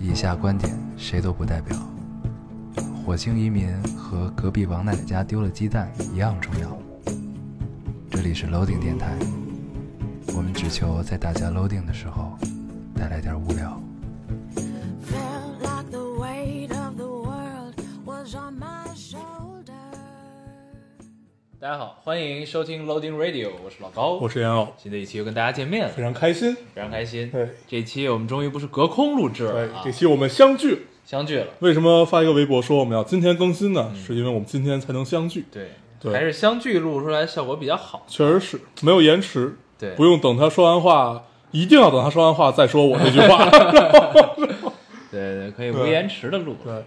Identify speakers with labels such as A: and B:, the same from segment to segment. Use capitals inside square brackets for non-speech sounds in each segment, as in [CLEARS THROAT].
A: 以下观点谁都不代表。火星移民和隔壁王奶奶家丢了鸡蛋一样重要。这里是 Loading 电台，我们只求在大家 Loading 的时候带来点无聊。
B: Felt like the weight of the world was on my shoulders.
C: 大家好，欢迎收听 Loading Radio，我是老高，
D: 我是烟偶，
C: 新的一期又跟大家见面了
D: 非，常开心。
C: 非常开心。
D: 对
C: 这一期我们终于不是隔空录制
D: 对
C: 了，啊
D: 这，哎期我们相聚。
C: 相聚了。
D: 为什么发一个微博说我们要今天更新呢？
C: 嗯
D: 是因为我们今天才能相聚，
C: 对，
D: 对
C: 还是相聚录出来效果比较好。
D: 确实是没有延迟，
C: 对，
D: 不用等他说完话，一定要等他说完话再说我这
C: [LAUGHS]
D: 句话。 [LAUGHS]
C: 对对，可以
D: 对
C: 无延迟的录。
D: 对，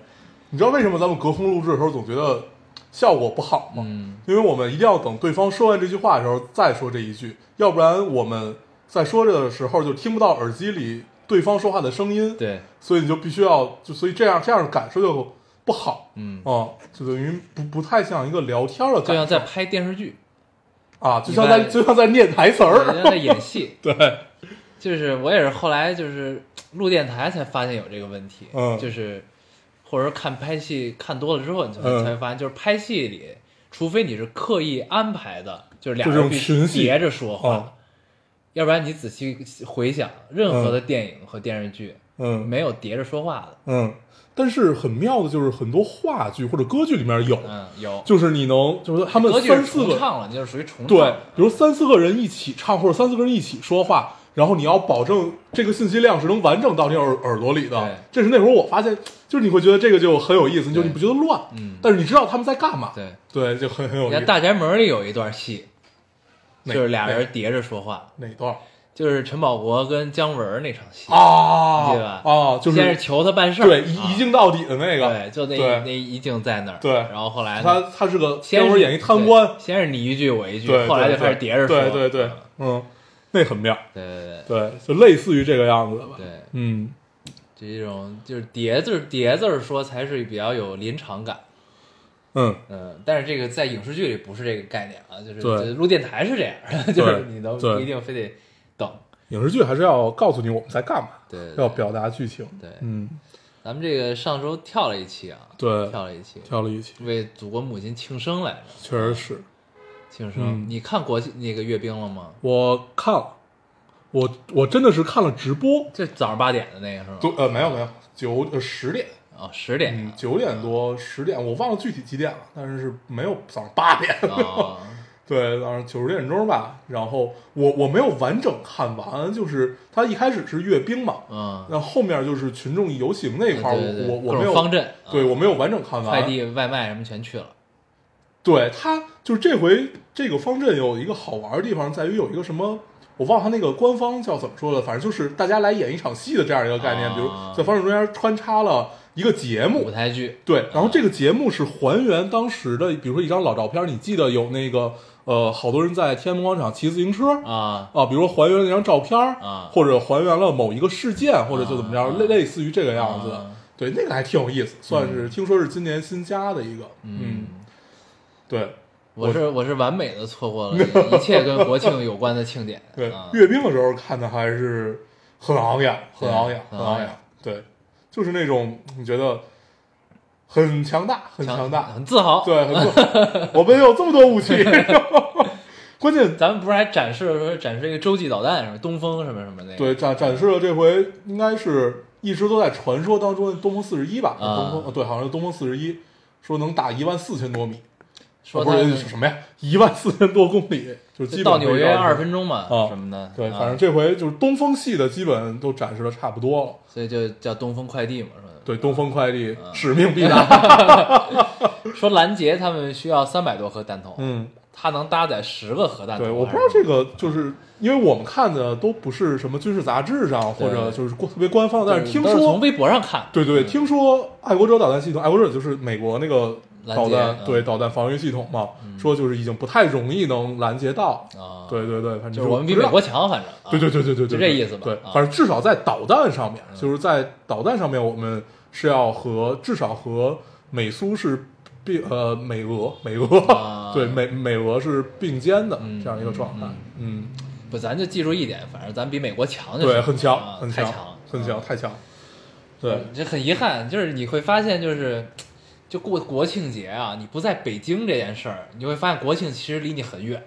D: 你知道为什么咱们隔空录制的时候总觉得效果不好吗？
C: 嗯，
D: 因为我们一定要等对方说完这句话的时候再说这一句，要不然我们在说这的时候就听不到耳机里对方说话的声音。
C: 对，
D: 所以你就必须要就所以这样这样的感受就不好，
C: 嗯
D: 哦、就等于不不太像一个聊天的
C: 就像
D: 感
C: 在
D: 受
C: 拍电视剧，
D: 啊，就像在
C: 你在
D: 就像在念台词
C: 就像
D: 儿，。
C: 在演戏
D: [LAUGHS] 对，
C: 就是我也是后来就是录电台才发现有这个问题，
D: 嗯
C: 就是或者说看拍戏看多了之后，你才
D: 嗯
C: 才会发现，就是拍戏里，除非你是刻意安排的，就是俩
D: 就这
C: 人
D: 种
C: 必
D: 群
C: 须
D: 戏
C: 叠着说话。
D: 啊
C: 要不然你仔细回想，任何的电影和电视剧、
D: 嗯
C: 没有叠着说话的。
D: 嗯，但是很妙的就是很多话剧或者歌剧里面有，
C: 嗯，有
D: 就是你能就是他们
C: 歌剧
D: 三
C: 是
D: 四
C: 重
D: 个
C: 唱了，就是属于重唱。
D: 对，比如三四个人一起唱或者三四个人一起说话。然后你要保证这个信息量是能完整到你耳耳朵里
C: 对
D: 的，这是那会儿我发现，就是你会觉得这个就很有意思，你就
C: 对
D: 你不觉得乱，
C: 嗯
D: 但是你知道他们在干嘛，
C: 对，
D: 对，就很很有
C: 你
D: 意
C: 看《
D: 思。
C: 大宅门》里有一段戏，
D: 哪
C: 就是俩人叠着说话，
D: 哪段
C: 就是陈宝国跟姜文儿那场戏，
D: 啊？
C: 对吧
D: 啊，就
C: 先
D: 是
C: 是求他办事儿，
D: 对
C: 啊
D: 一一镜到底的那个，
C: 对，就那
D: 对
C: 那一镜在那儿，
D: 对
C: 然后后来呢
D: 他他是个
C: 先
D: 姜
C: 是
D: 文演一贪官
C: 对，先是你一句我一句，
D: 对，
C: 后来
D: 对
C: 就开始
D: 对
C: 叠着说，
D: 对对对
C: 嗯，
D: 嗯，那很妙，
C: 对对
D: 对，就类似于这个样子的吧
C: 对，对。
D: 嗯，
C: 这种就是叠字儿叠字儿说才是比较有临场感，
D: 嗯，
C: 嗯，但是这个在影视剧里不是这个概念啊，就是
D: 对
C: 就是录电台是这样， [LAUGHS] 就是你都
D: 对
C: 不一定非得等，
D: 影视剧还是要告诉你我们在干嘛，
C: 对，对
D: 要表达剧情，
C: 对，
D: 嗯，
C: 咱们这个上周跳了一期啊，
D: 对，
C: 跳了一期，
D: 跳了一起，
C: 为祖国母亲庆生来着，
D: 确实是
C: 庆生，
D: 嗯
C: 你看国庆那个阅兵了吗？
D: 我看了，我我真的是看了直播，
C: 这早上八点的那个是吗？
D: 对，呃，没有没有，九呃十点，
C: 哦，十点
D: 嗯
C: 啊，，
D: 九点多十点，我忘了具体几点了，但是是没有早上八点，
C: 哦，
D: 对，早上九十点钟吧。然后我我没有完整看完，就是他一开始是阅兵嘛，
C: 嗯，
D: 然后后面就是群众游行 [LAUGHS] 那一块儿，
C: 对对嗯对
D: 我
C: 各
D: 我我没
C: 种
D: 有
C: 方阵，
D: 对
C: 啊
D: 我没有完整看
C: 快
D: 完。
C: 递、外卖什么全去了，
D: 对他就是这回这个方阵有一个好玩的地方，在于有一个什么。我忘了他那个官方叫怎么说了，反正就是大家来演一场戏的这样一个概念，
C: 啊
D: 比如在方阵中间穿插了一个节目
C: 舞，台剧，
D: 对，然后这个节目是还原当时的，比如说一张老照片，你记得有那个呃，好多人在天安门广场骑自行车
C: 啊
D: 啊，比如说还原了那张照片
C: 啊
D: 或者还原了某一个事件，或者就怎么
C: 啊
D: 着，类类似于这个样子
C: 啊。
D: 对，那个还挺有意思，算是听说是今年新加的一个，嗯，
C: 嗯，
D: 对
C: 我是我是完美的错过
D: [LAUGHS]
C: 了一切跟国庆有关的庆典，
D: 对
C: 啊，
D: 阅兵的时候看的还是很昂扬，
C: 对
D: 很昂扬，
C: 很
D: 很
C: 昂
D: 昂
C: 扬
D: 扬，对，就是那种你觉得很强大，很
C: 强
D: 强
C: [LAUGHS]
D: 大，
C: 很自豪。，
D: 对，很多，我们有这么多
C: [LAUGHS]
D: 武器，关键
C: 咱们不是还展示了说展示一个洲际导弹什么东风什么什么那个，
D: 对展展示了这回应该是一直都在传说当中的东风四十一吧，
C: 啊
D: 东风呃对，好像是东风四十一，说能打一万四千多米，
C: 说
D: 啊
C: 它
D: 不是什么呀，一万四千多公里，就是基本
C: 到
D: 可以
C: 纽约
D: 到
C: 二十分钟嘛
D: 啊
C: 什么的，
D: 对，
C: 啊
D: 反正这回就是东风系的基本都展示的差不多了，
C: 所以就叫东风快递嘛，说
D: 对，东风快递
C: 啊
D: 使命必达，
C: [LAUGHS] 说拦截他们需要三百多颗弹头，
D: 嗯。
C: 它能搭载十个核弹头。
D: 对，我不知
C: 还
D: 道
C: 是
D: 这个就是因为我们看的都不是什么军事杂志上或者就是特别官方，但是听
C: 都
D: 说
C: 从微博上看，
D: 对对，听说爱国者导弹系统，爱国者就是美国那个导
C: 拦截
D: 弹
C: 嗯
D: 对导弹防御系统嘛，说就是已经不太容易能拦截到。
C: 啊，，
D: 对对对，反正
C: 就是我们比
D: 不知
C: 美
D: 道
C: 国。强，反正啊
D: 对对对对对
C: 就
D: 对，
C: 这意思吧
D: 对
C: 啊，嗯
D: 反正至少在导弹上面，就是在导弹上面，我们是要和至少和美苏是并呃美俄美
C: 啊
D: 俄 [LAUGHS] 对美美俄是并肩的
C: 嗯
D: 这样一个状态。嗯，
C: 不，咱就记住一点，反正咱比美国强就行
D: 对，很强
C: 啊，
D: 很
C: 太
D: 强
C: 强，
D: 很
C: 啊
D: 强，太强。对，
C: 这很遗憾，就是你会发现，就是就过国庆节啊，你不在北京这件事儿，你会发现国庆其实离你很远。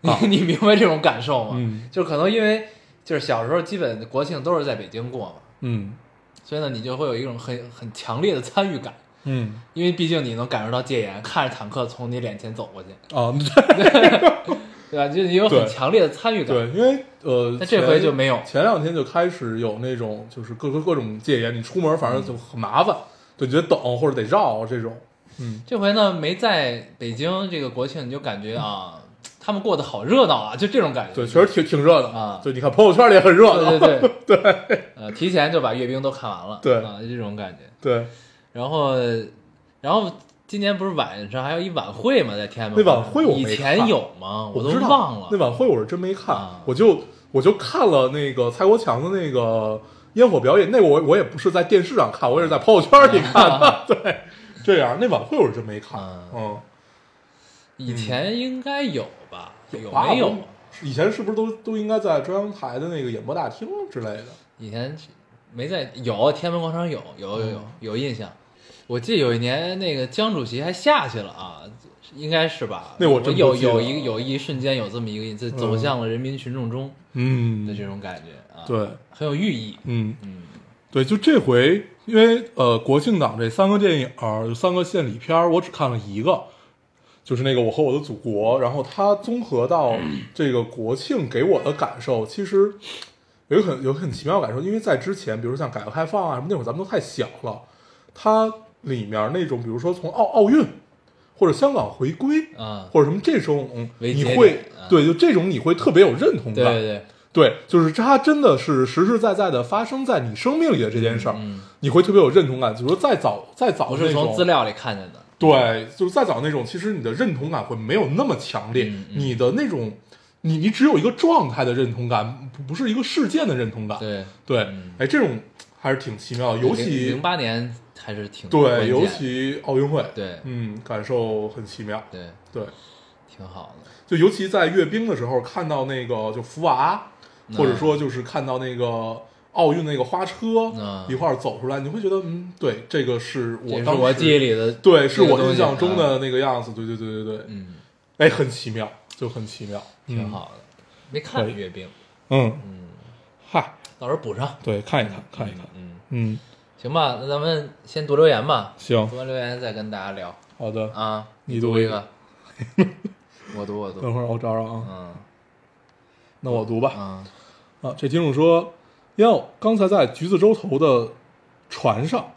C: 你、
D: 啊
C: 你明白这种感受吗？
D: 嗯
C: 就是可能因为就是小时候基本国庆都是在北京过嘛，
D: 嗯
C: 所以呢，你就会有一种很很强烈的参与感，
D: 嗯
C: 因为毕竟你能感受到戒严，看着坦克从你脸前走过去，
D: 啊， [LAUGHS]
C: 对吧？就你有很
D: 对
C: 强烈的参与感。
D: 对，因为呃，
C: 那这回
D: 前
C: 就没有
D: 前两天就开始有那种就是各各各种戒严，你出门反正就很麻
C: 嗯
D: 烦，对，你得等或者得绕这种，嗯
C: 这回呢，没在北京这个国庆，你就感觉啊，他们过得好热闹啊，就这种感觉。
D: 对，确实挺挺热闹
C: 啊
D: 就你看朋友圈里也很热闹，
C: 对对对对，
D: [LAUGHS]
C: 呃，提前就把阅兵都看完了，
D: 对
C: 啊，这种感觉。
D: 对，
C: 然后，然后今年不是晚上还有一晚会嘛，在天安门
D: 那晚会我没
C: 以前
D: 看
C: 有吗？
D: 我
C: 都
D: 不知道
C: 忘了
D: 那。晚会我是真没看，
C: 啊
D: 我就我就看了那个蔡国强的那个烟火表演，那个我我也不是在电视上看，我也是在朋友圈里看的， [LAUGHS] 对，这样那晚会我是真没看，
C: 啊
D: 嗯，
C: 以前应该有吧？有
D: 哇
C: 没有
D: 嗯我
C: 啊？
D: 以前是不是都都应该在中央台的那个演播大厅之类的？
C: 以前没在有天安门广场有有有有
D: 嗯
C: 有印象。我记得有一年那个江主席还下去了啊，应该是吧？
D: 那我
C: 我
D: 真不
C: 有
D: 记得
C: 有
D: 了
C: 一个有一瞬间有这么一个印，就走向了人民群众中
D: 嗯
C: 的这种感觉啊，，
D: 对，
C: 很有寓意。
D: 嗯，
C: 嗯，
D: 对，就这回，因为呃，国庆档这三个电影儿，有三个献礼片儿，我只看了一个，就是那个《我和我的祖国》，然后它综
C: [CLEARS THROAT]
D: 合到这个国庆给我的感受，其实有一个很有一个很奇妙的感受，因为在之前，比如像改革开放啊什么那会儿，咱们都太小了，它里面那种，比如说从奥奥运或者香港回归。
C: 啊，
D: 或者什么这种，嗯
C: 为
D: 你
C: 节点
D: 会
C: 啊
D: 对，就这种你会特别有认同感，
C: 对对对，
D: 对，就是它真的是实实在在的发生在你生命里的这件事儿，
C: 嗯，
D: 你会特别有认同感。就是说再早再早
C: 不
D: 那
C: 是
D: 种
C: 从资料里看见的，
D: 对，就是再早那种，其实你的认同感会没有那么强烈，
C: 嗯嗯
D: 你的那种你你只有一个状态的认同感，不不是一个事件的认同感。
C: 对，
D: 对，
C: 嗯
D: 哎，这种还是挺奇妙的，尤其
C: 零八年还是挺关
D: 对，
C: 键
D: 尤其奥运会，
C: 对
D: 嗯，感受很奇妙。
C: 对
D: 对，
C: 挺好的，
D: 就尤其在阅兵的时候看到那个就福娃，
C: 嗯
D: 或者说就是看到那个奥运那个花车
C: 嗯
D: 一块儿走出来，你会觉得嗯，对，这个是我
C: 这
D: 当
C: 是
D: 时
C: 我记忆里的，
D: 对，是
C: 这个
D: 我
C: 东
D: 印
C: 西啊
D: 象中的那个样子，对对对对对，
C: 嗯，
D: 哎，很奇妙，就很奇妙，
C: 挺好的。没看
D: 可以
C: 阅兵，
D: 嗯，嗯，
C: 嗯，
D: 嗨，
C: 到时候补上。
D: 对，看一看，看一看，
C: 嗯，
D: 嗯，
C: 行吧，那咱们先读留言吧，
D: 行
C: 读，完留言再跟大家聊
D: 好的，
C: 啊。
D: 你
C: 读
D: 读一
C: 一个， [LAUGHS] 我读我读
D: 等，会儿我找找啊，
C: 嗯
D: 那我读吧，
C: 嗯
D: 啊，这听众说，哟，刚才在橘子洲头的船上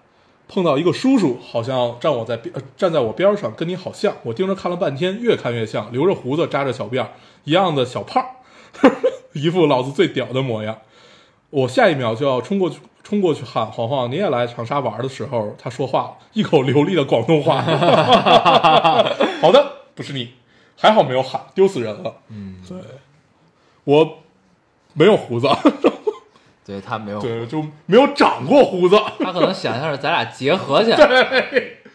D: 碰到一个叔叔，好像站我在边、呃站在我边上，跟你好像。我盯着看了半天，越看越像，留着胡子，扎着小辫儿，一样的小胖儿， [LAUGHS] 一副老子最屌的模样。我下一秒就要冲过去，冲过去喊黄黄，你也来长沙玩的时候，他说话了，一口流利的广东话。好的，不是你，还好没有喊，丢死人了。
C: 嗯，
D: 对，我没有胡子， [LAUGHS]
C: 对他没有，
D: 对，就没有长过胡子。 [LAUGHS]
C: 他可能想象是咱俩结合起来，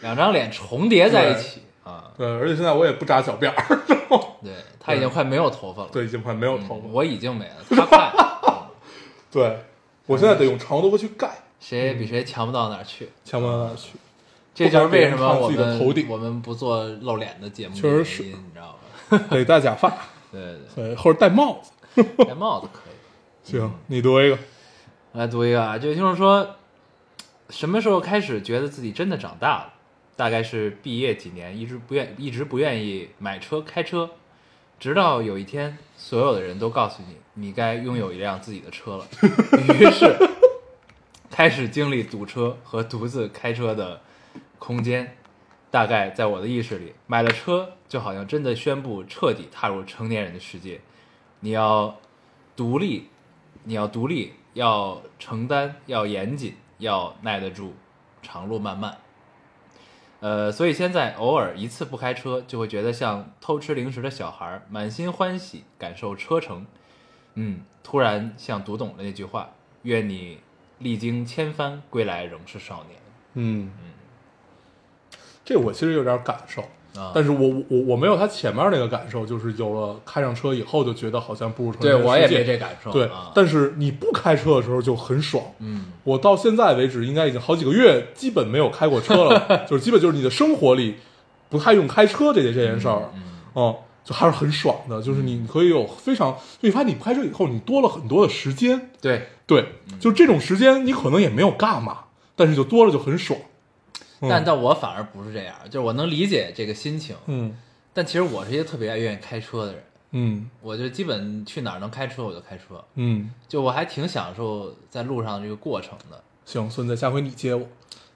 C: 两张脸重叠在一起啊。
D: 对，而且现在我也不扎小辫儿， [LAUGHS]
C: 对他已经快没有头发了，
D: 对，已经快没有
C: 嗯
D: 头发了。
C: 我已经没了，他
D: [LAUGHS]
C: 快，
D: 对，我现在得用长头发去盖，
C: 谁比谁强不到哪儿去。
D: 千万不要去。 [LAUGHS]
C: 这就是为什么
D: 不
C: 我
D: 敢给人看嗯自己的头
C: 们
D: 顶
C: 我们不做露脸的节目的
D: 确
C: 原因，
D: 实是
C: 你知道吧？
D: 得戴假发，
C: 对对
D: 对，或者戴帽子。
C: 对，戴帽子可以。嗯
D: 行，你读一个。嗯
C: 我来读一个啊，这位听众说，什么时候开始觉得自己真的长大了？大概是毕业几年，一直不愿一直不愿意买车开车，直到有一天，所有的人都告诉你，你该拥有一辆自己的车了，于是开始经历堵车和独自开车的空间。大概在我的意识里，买了车就好像真的宣布彻底踏入成年人的世界，你要独立，你要独立，要承担，要严谨，要耐得住，长路漫漫。呃，所以现在偶尔一次不开车，就会觉得像偷吃零食的小孩儿，满心欢喜感受车程。嗯，突然像读懂了那句话：“愿你历经千帆归来仍是少年。
D: 嗯，这我其实有点感受，
C: 啊
D: 但是我我我没有他前面那个感受，就是有了开上车以后就觉得好像步入成
C: 对
D: 人的
C: 我也
D: 世界
C: 没这感受。
D: 对
C: 啊，
D: 但是你不开车的时候就很爽。
C: 嗯
D: 我到现在为止，应该已经好几个月基本没有开过
C: [LAUGHS]
D: 车了，就是基本就是你的生活里不太用开车这件这件事儿，
C: 嗯，
D: 嗯，就还是很爽的。就是你可以有非常，就你发现你不开车以后，你多了很多的时间。
C: 对，
D: 对，
C: 嗯
D: 就这种时间你可能也没有干嘛，但是就多了就很爽。嗯
C: 但但我反而不是这样，就是我能理解这个心情，
D: 嗯
C: 但其实我是一个特别爱愿意开车的人，
D: 嗯
C: 我就基本去哪儿能开车我就开车，
D: 嗯，
C: 就我还挺享受在路上的这个过程的。
D: 行，孙子，下回你接我。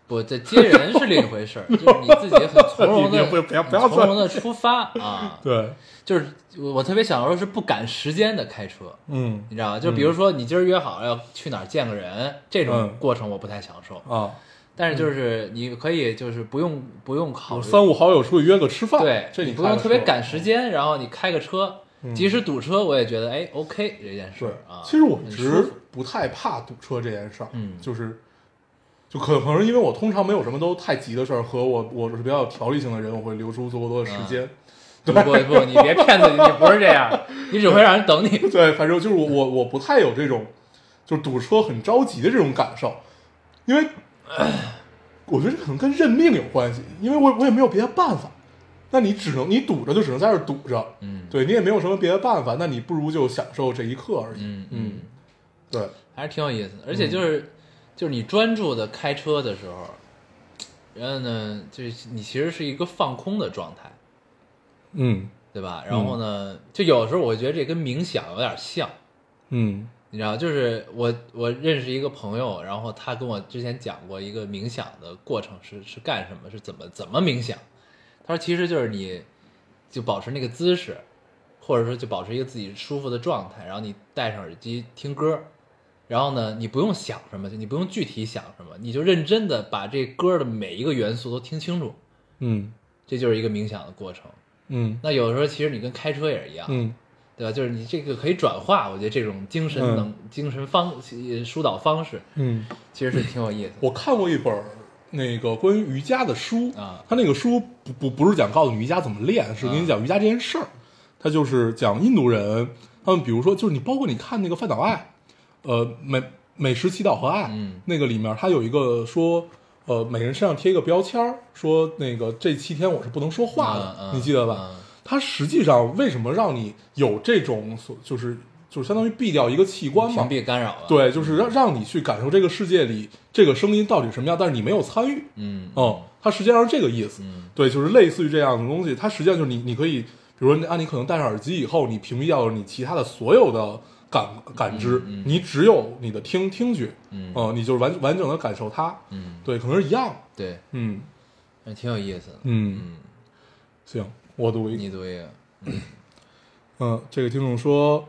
C: 不，这接人是另一回
D: [LAUGHS]
C: 事儿，就是你自己很从容
D: 你
C: 的，
D: 你不要不要不要。
C: 从容的出发啊
D: 对，
C: 就是我我特别享受是不赶时间的开车，
D: 嗯
C: 你知道吧？就比如说你今儿约好要去哪儿见个人，这种
D: 嗯
C: 过程我不太享受。
D: 啊，
C: 但是就是你可以就是不用不用考
D: 有
C: 虑
D: 三五好友出去约个吃饭，
C: 对，
D: 这
C: 你不
D: 开
C: 用
D: 着
C: 特别
D: 车嗯
C: 赶时间，然后你开个车，即使堵车我也觉得哎 OK 这件事
D: 对
C: 儿啊。
D: 其实我一
C: 很舒
D: 直
C: 服
D: 不太怕堵车这件事儿，
C: 嗯
D: 就是就可可能是因为我通常没有什么都太急的事儿，和我我是比较有条理性的人，我会留出足够多的
C: 嗯
D: 时间。
C: 不不不，你别骗自己，你不是这样，你只会让人等你。
D: 对，反正就是我我我不太有这种就是堵车很着急的这种感受，因为我觉得这可能跟认命有关系，因为我我也没有别的办法。那你只能你堵着就只能在这儿堵着，
C: [LAUGHS] 嗯
D: 对你也没有什么别的办法，那你不如就享受这一刻而已。
C: 嗯
D: 嗯
C: 嗯，
D: 对，
C: 还是挺有意思的。而且就是、就是你专注的开车的时候，然后呢，就是你其实是一个放空的状态，
D: 嗯
C: 对吧？然后呢，就有时候我觉得这跟冥想有点像，
D: 嗯
C: 你知道，就是我我认识一个朋友，然后他跟我之前讲过一个冥想的过程是是干什么，是怎么怎么冥想。他说其实就是你就保持那个姿势，或者说就保持一个自己舒服的状态，然后你戴上耳机听歌，然后呢你不用想什么，你不用具体想什么，你就认真的把这歌的每一个元素都听清楚，
D: 嗯
C: 这就是一个冥想的过程。
D: 嗯
C: 那有时候其实你跟开车也是一样，
D: 嗯
C: 对吧？就是你这个可以转化，我觉得这种精神能、精神方呃疏导方式
D: 嗯。
C: 其实是挺有意思的。
D: 我看过一本儿那个关于瑜伽的书
C: 啊
D: 他那个书不不不是讲告诉你瑜伽怎么练，是跟你讲瑜伽这件事儿。他就是讲印度人，他们比如说就是你包括你看那个《饭岛爱》，呃，美美食祈祷和爱，
C: 嗯
D: 那个里面他有一个说，呃，每个人身上贴一个标签儿，说那个这七天我是不能说话的，
C: 嗯嗯
D: 你记得吧？
C: 嗯
D: 它实际上为什么让你有这种所就是就是相当于避掉一个器官嘛
C: 屏，蔽干扰啊，，
D: 对，就是让让你去感受这个世界里这个声音到底什么样，但是你没有参与，
C: 嗯
D: 嗯，它实际上是这个意思，
C: 嗯
D: 对，就是类似于这样的东西，它实际上就是你你可以，比如说啊，你可能戴上耳机以后，你屏蔽掉了你其他的所有的感感知，
C: 嗯嗯
D: 你只有你的听听觉，
C: 嗯
D: 呃你就是完完整的感受它，
C: 嗯，
D: 对，可能是一样的，
C: 对，
D: 嗯
C: 还挺有意思的。
D: 嗯，
C: 嗯，
D: 行，我读一个，
C: 你读一个，
D: 嗯，这个听众说，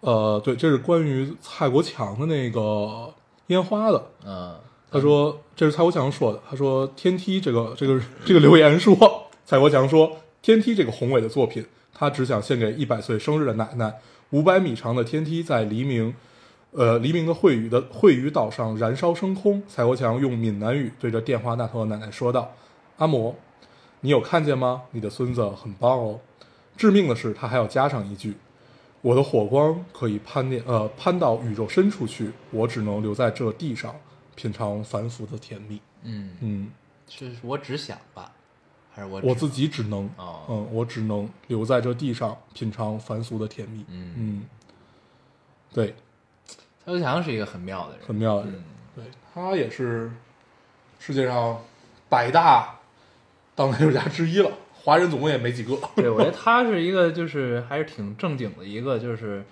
D: 呃，对，这是关于蔡国强的那个烟花的。
C: 嗯
D: 他说：“这是蔡国强说的。他说天梯这个这个这个留言说， [LAUGHS] 蔡国强说天梯这个宏伟的作品，他只想献给一百岁生日的奶奶。五百米长的天梯在黎明，呃，黎明的惠语的惠语岛上燃烧升空。蔡国强用闽南语对着电话那头的奶奶说道：‘阿嬷，你有看见吗？你的孙子很棒哦。’致命的是，他还要加上一句：‘我的火光可以攀念呃攀到宇宙深处去，我只能留在这地上，品尝凡俗的甜蜜。
C: 嗯，
D: 嗯，
C: 是我只想吧，还是我
D: 我
C: 只
D: 自己只能，
C: 哦
D: 嗯，我只能留在这地上，品尝凡俗的甜蜜。
C: 嗯
D: 嗯，对，
C: 蔡国强是一个很妙的人，
D: 很妙的
C: 嗯
D: 人，对他也是世界上百大当代艺术家之一了，华人总共也没几个。 [LAUGHS]
C: 对，我觉得他是一个就是还是挺正经的一个，就是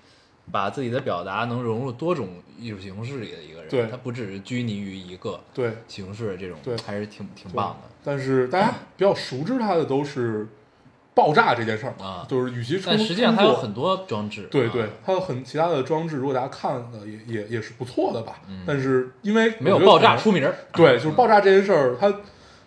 C: 把自己的表达能融入多种艺术形式里的一个人。
D: 对
C: 他不只是拘泥于一个
D: 对，
C: 形式，这种
D: 对
C: 还是挺挺棒的。
D: 但是大家比较熟知他的都是爆炸这件事儿
C: 啊
D: 就是与其称
C: 但实际上他
D: 称
C: 有
D: 作
C: 很多装置，
D: 对
C: 啊
D: 对，它有很其他的装置，如果大家看了也也也是不错的吧。
C: 嗯
D: 但是因为
C: 没有
D: 我觉得
C: 爆
D: 可
C: 炸
D: 能
C: 出名儿，
D: [LAUGHS] 对，就是爆炸这件事儿，它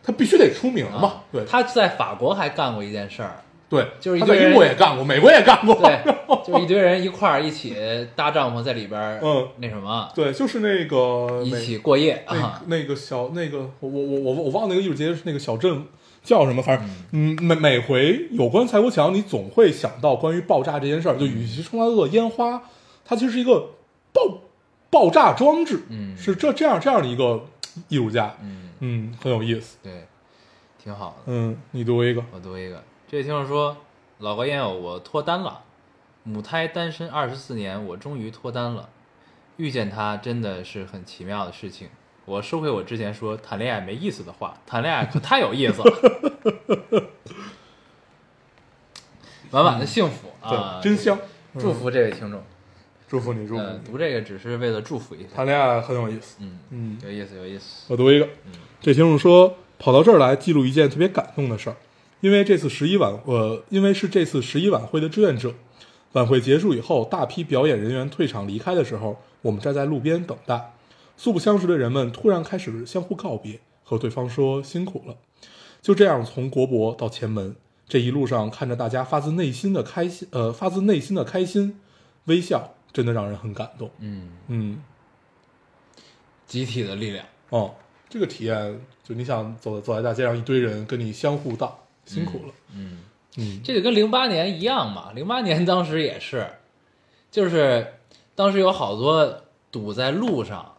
D: 它必须得出名
C: 啊
D: 嘛。对
C: 他在法国还干过一件事
D: [LAUGHS]
C: 儿，
D: 对，
C: 就是一
D: 他在
C: 堆
D: 英
C: 人
D: 国也干过，美国也干过。
C: 对，就是一堆人一块儿一起搭帐篷在里边儿，
D: 嗯，
C: 那什么，
D: 对就是那个
C: 一
D: 美
C: 起过夜
D: 那
C: 啊，
D: 那个小那个我我我我我忘了那个艺术节是那个小镇叫什么，反正嗯，每每回有关蔡国强，你总会想到关于爆炸这件事儿。就
C: 嗯
D: 与其称它做烟花，它其实是一个爆爆炸装置，
C: 嗯
D: 是这这样这样的一个艺术家，
C: 嗯，
D: 嗯，很有意思。
C: 对，挺好的。
D: 嗯，你读一个，
C: 我读一个，这位听众说，老高烟友，我脱单了，母胎单身二十四年，我终于脱单了。遇见他真的是很奇妙的事情。我收回我之前说谈恋爱没意思的话，谈恋爱可太有意思了，满满的幸福啊，
D: 嗯对，真香，嗯
C: 祝福这位听众。
D: 祝福你，祝福
C: 呃，
D: 你。
C: 读这个只是为了祝福一下，
D: 谈恋爱很有意思，
C: 嗯，
D: 嗯，
C: 有意思，有意思，
D: 我读一个，这听众说跑到这儿来记录一件特别感动的事儿，因为这次十一晚，呃，因为是这次十一晚会的志愿者，晚会结束以后，大批表演人员退场离开的时候，我们站在路边等待，素不相识的人们突然开始相互告别，和对方说辛苦了。就这样，从国博到前门，这一路上看着大家发自内心的开心，呃，发自内心的开心微笑，真的让人很感动。
C: 嗯，
D: 嗯，
C: 集体的力量，
D: 哦，这个体验就你想走走在大街上，一堆人跟你相互道辛苦了，
C: 嗯，
D: 嗯
C: 这个跟零八年一样嘛，零八年当时也是，就是当时有好多堵在路上，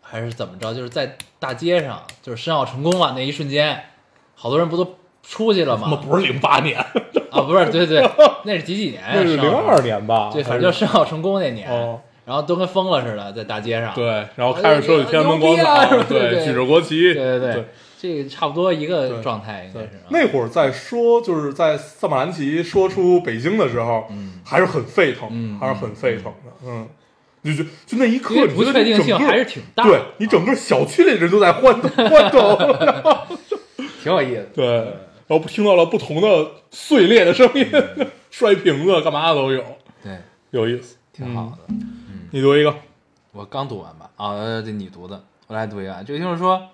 C: 还是怎么着，就是在大街上，就是申奥成功了那一瞬间，好多人不都出去了
D: 他妈 [LAUGHS]
C: 吗？
D: 不是零八年，
C: 啊，不是，对对，那是几几
D: [LAUGHS]
C: 年呀？
D: 那是
C: 申奥
D: 零
C: 成功
D: 二，年吧？
C: 哎对，反
D: 还
C: 正就是申奥成功那年，
D: 哦
C: 然后都跟疯了似的，在大街上，
D: 对，然后开着车去天安门
C: 哎牛
D: 广
C: 逼啊
D: 场，
C: 对对
D: 举着国旗，
C: 对对
D: 对。
C: 这个差不多一个
D: 对
C: 状态应该
D: 对
C: 是啊。
D: 那会儿在说，就是在萨马兰奇说出北京的时候，
C: 嗯
D: 还是很沸腾，
C: 嗯
D: 还是很沸腾的，嗯，就就就那一刻，
C: 因为
D: 你
C: 不
D: 觉得
C: 确定
D: 整
C: 性
D: 个
C: 还是挺大，
D: 对你整个小区里人都在欢欢腾， [LAUGHS] 然后
C: 挺有意思的。
D: 对，然后听到了不同的碎裂的声音， [LAUGHS] 摔瓶子干嘛的都有，
C: 嗯对，
D: 有意思，
C: 挺好的。
D: 嗯。你读一个，
C: 我刚读完吧？啊，对，你读的，我来读一个啊。这个听众说，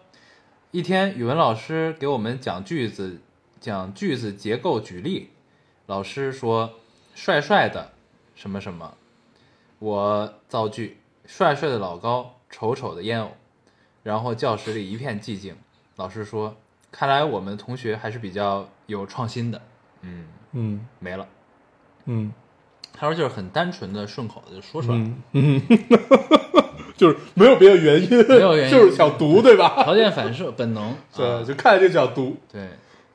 C: 一天语文老师给我们讲句子，讲句子结构举例。老师说：“帅帅的什么什么。”我造句：“帅帅的老高，丑丑的烟偶。”然后教室里一片寂静。老师说：“看来我们同学还是比较有创新的。”嗯，
D: 嗯
C: 没了。
D: 嗯
C: 他说就是很单纯的顺口的就说出来了，
D: 嗯嗯，就是没有别的原因，没
C: 有原因嗯啊
D: 就是想读，对吧？
C: 条件反射本能。
D: [LAUGHS] 对，
C: 啊
D: 就看这想读，
C: 对，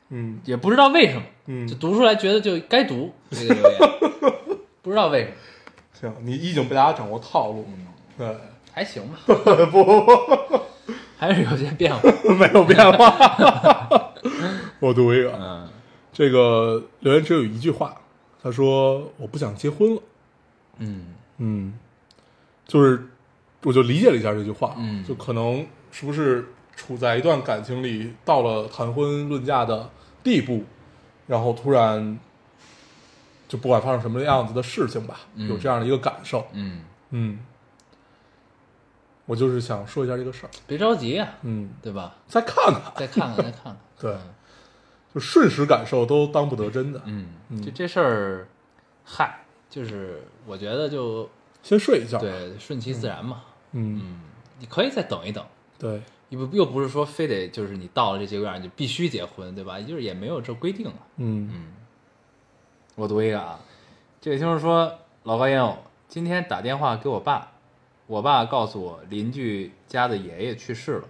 D: 嗯
C: 也不知道为什么，
D: 嗯
C: 就，读出来觉得就该读这个留言，
D: [LAUGHS]
C: 不知道为什么，
D: 行，你已经被大家掌握套路
C: 嗯
D: 了，对。
C: 还行吧，
D: 不 [LAUGHS] 不
C: [LAUGHS] 还是有些变化。
D: 不， [LAUGHS] 没有变化。 [LAUGHS] 我读一个，
C: 嗯
D: 这个留言只有一句话，他说：“我不想结婚了。
C: 嗯”
D: 嗯，就是我就理解了一下这句话，啊
C: 嗯
D: 就可能是不是处在一段感情里到了谈婚论嫁的地步，然后突然就不管发生什么样子的事情吧，
C: 嗯
D: 有这样的一个感受，
C: 嗯，
D: 嗯，我就是想说一下这个事儿，
C: 别着急呀、
D: 嗯，
C: 对吧？
D: 再看看，
C: 再看看，再看看。
D: 对，嗯就瞬时感受都当不得真的，
C: 嗯，
D: 嗯
C: 就这事儿，嗨，就是我觉得就
D: 先睡一觉，，
C: 对顺其自然嘛。
D: 嗯，
C: 嗯，你可以再等一等，
D: 对，
C: 又不又不是说非得就是你到了这节骨眼儿你就必须结婚，对吧？就是也没有这规定啊。
D: 嗯
C: 我读一个啊，这位听众说，老高烟友今天打电话给我爸，我爸告诉我邻居家的爷爷去世了，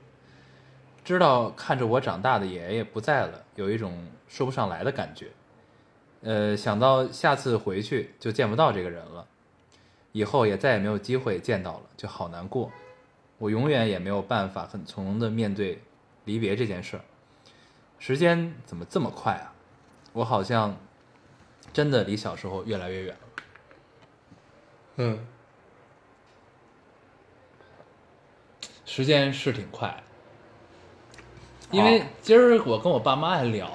C: 知道看着我长大的爷爷不在了，有一种说不上来的感觉。呃，想到下次回去就见不到这个人了，以后也再也没有机会见到了，就好难过。我永远也没有办法很从容的面对离别这件事儿。时间怎么这么快啊？我好像真的离小时候越来越远了。
D: 嗯，
C: 时间是挺快，因为今儿我跟我爸妈还聊，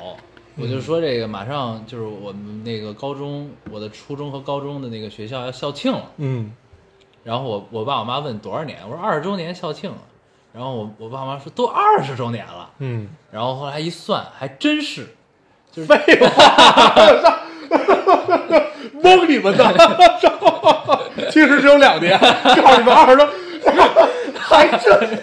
D: 嗯
C: 我就说这个马上就是我们那个高中，我的初中和高中的那个学校要校庆了。
D: 嗯，
C: 然后我我爸我妈问多少年，我说二十周年校庆了。然后我我爸妈说都二十周年了。
D: 嗯。
C: 然后后来一算，还真是，就是
D: [LAUGHS] 蒙你们的， [LAUGHS] 其实只有两
C: [LAUGHS]
D: 年，告诉你们二十多， [LAUGHS] 还真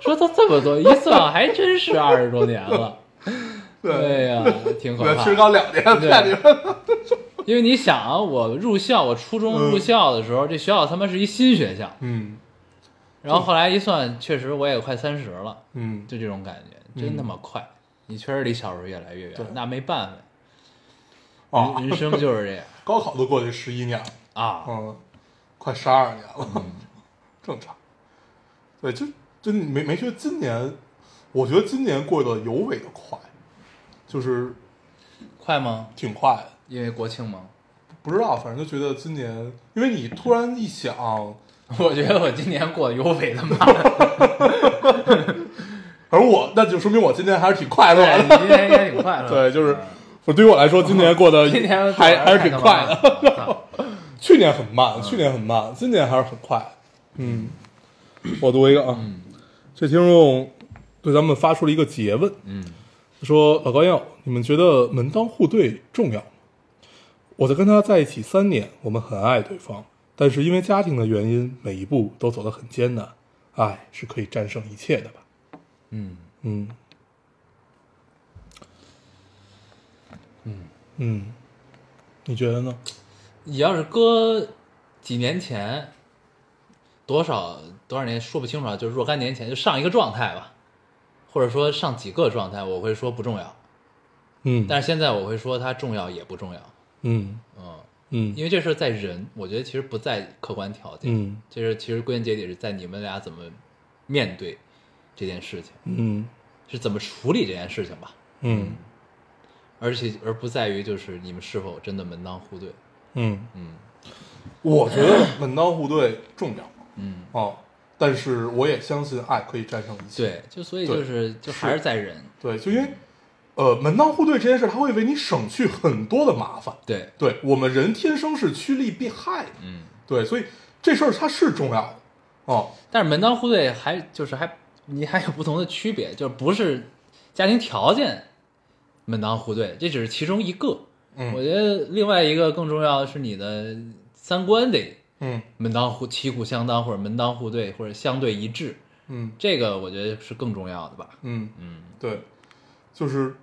C: 说都这么多，一算还真是二十周年了。
D: [LAUGHS]
C: 哎
D: 对，
C: 呀、挺可
D: 我
C: 怕。
D: 吃刚两年，
C: 对
D: 看你 [LAUGHS] 们，
C: 因为你想啊，我入校，我初中
D: 嗯
C: 入校的时候，这学校他妈是一新学校，
D: 嗯
C: 然后后来一算，确实我也快三十了，
D: 嗯，
C: 就这种感觉，
D: 嗯
C: 真他妈快。你确实离小时候越来越
D: 对
C: 远，那没办法，
D: 哦，
C: 人人生就是这
D: [LAUGHS]
C: 样
D: 高考都过去十一年了，
C: 啊。
D: 嗯，快十二年了， [LAUGHS] 正常。对，就就你没没觉得今年，我觉得今年过得尤为的快，就是
C: 快吗？
D: 挺快的。
C: 因为国庆吗？ [LAUGHS]
D: 不知道，反正就觉得今年，因为你突然一想，
C: 我觉得我今年过得尤为的
D: [LAUGHS]
C: 慢，
D: 而我那就说明我今年还是挺快乐
C: 对，
D: 的。
C: 你今年应该挺快乐的。
D: 对，就是我对于我来说，今年过得
C: 今年
D: 还还是挺快的。
C: 的。
D: [LAUGHS] 去年很慢，去年很慢，今年还是很快。嗯，我读一个啊，这听众对咱们发出了一个诘问，
C: 嗯，
D: 说老高要，你们觉得门当户对重要吗？我在跟他在一起三年，我们很爱对方，但是因为家庭的原因，每一步都走得很艰难。爱是可以战胜一切的吧？
C: 嗯，
D: 嗯，嗯嗯，你觉得呢？
C: 你要是搁几年前，多少多少年说不清楚啊，就是若干年前，就上一个状态吧，或者说上几个状态，我会说不重要。
D: 嗯，
C: 但是现在我会说它重要也不重要，
D: 嗯
C: 嗯，
D: 嗯
C: 因为这事儿在人，我觉得其实不在客观条件，
D: 嗯
C: 这事儿其实归根结底是在你们俩怎么面对这件事情，
D: 嗯
C: 是怎么处理这件事情吧，
D: 嗯
C: 而且而不在于就是你们是否真的门当户对，
D: 嗯，
C: 嗯
D: 我觉得门当户对重要
C: 嗯。
D: 哦，但是我也相信爱可以战胜一切。
C: 对，就所以就是就还是在人，
D: 对，就因为呃门当户对这件事，它会为你省去很多的麻烦。
C: 对，
D: 对我们人天生是趋利避害的，
C: 嗯。
D: 对，所以这事儿它是重要的哦。
C: 但是门当户对还就是还你还有不同的区别，就不是家庭条件门当户对，这只是其中一个。我
D: 嗯
C: 觉得另外一个更重要的是你的三观得
D: 嗯
C: 门当户旗鼓相当，或者门当户对，或者相对一致，
D: 嗯
C: 这个我觉得是更重要的吧。
D: 嗯，
C: 嗯
D: 对，就是，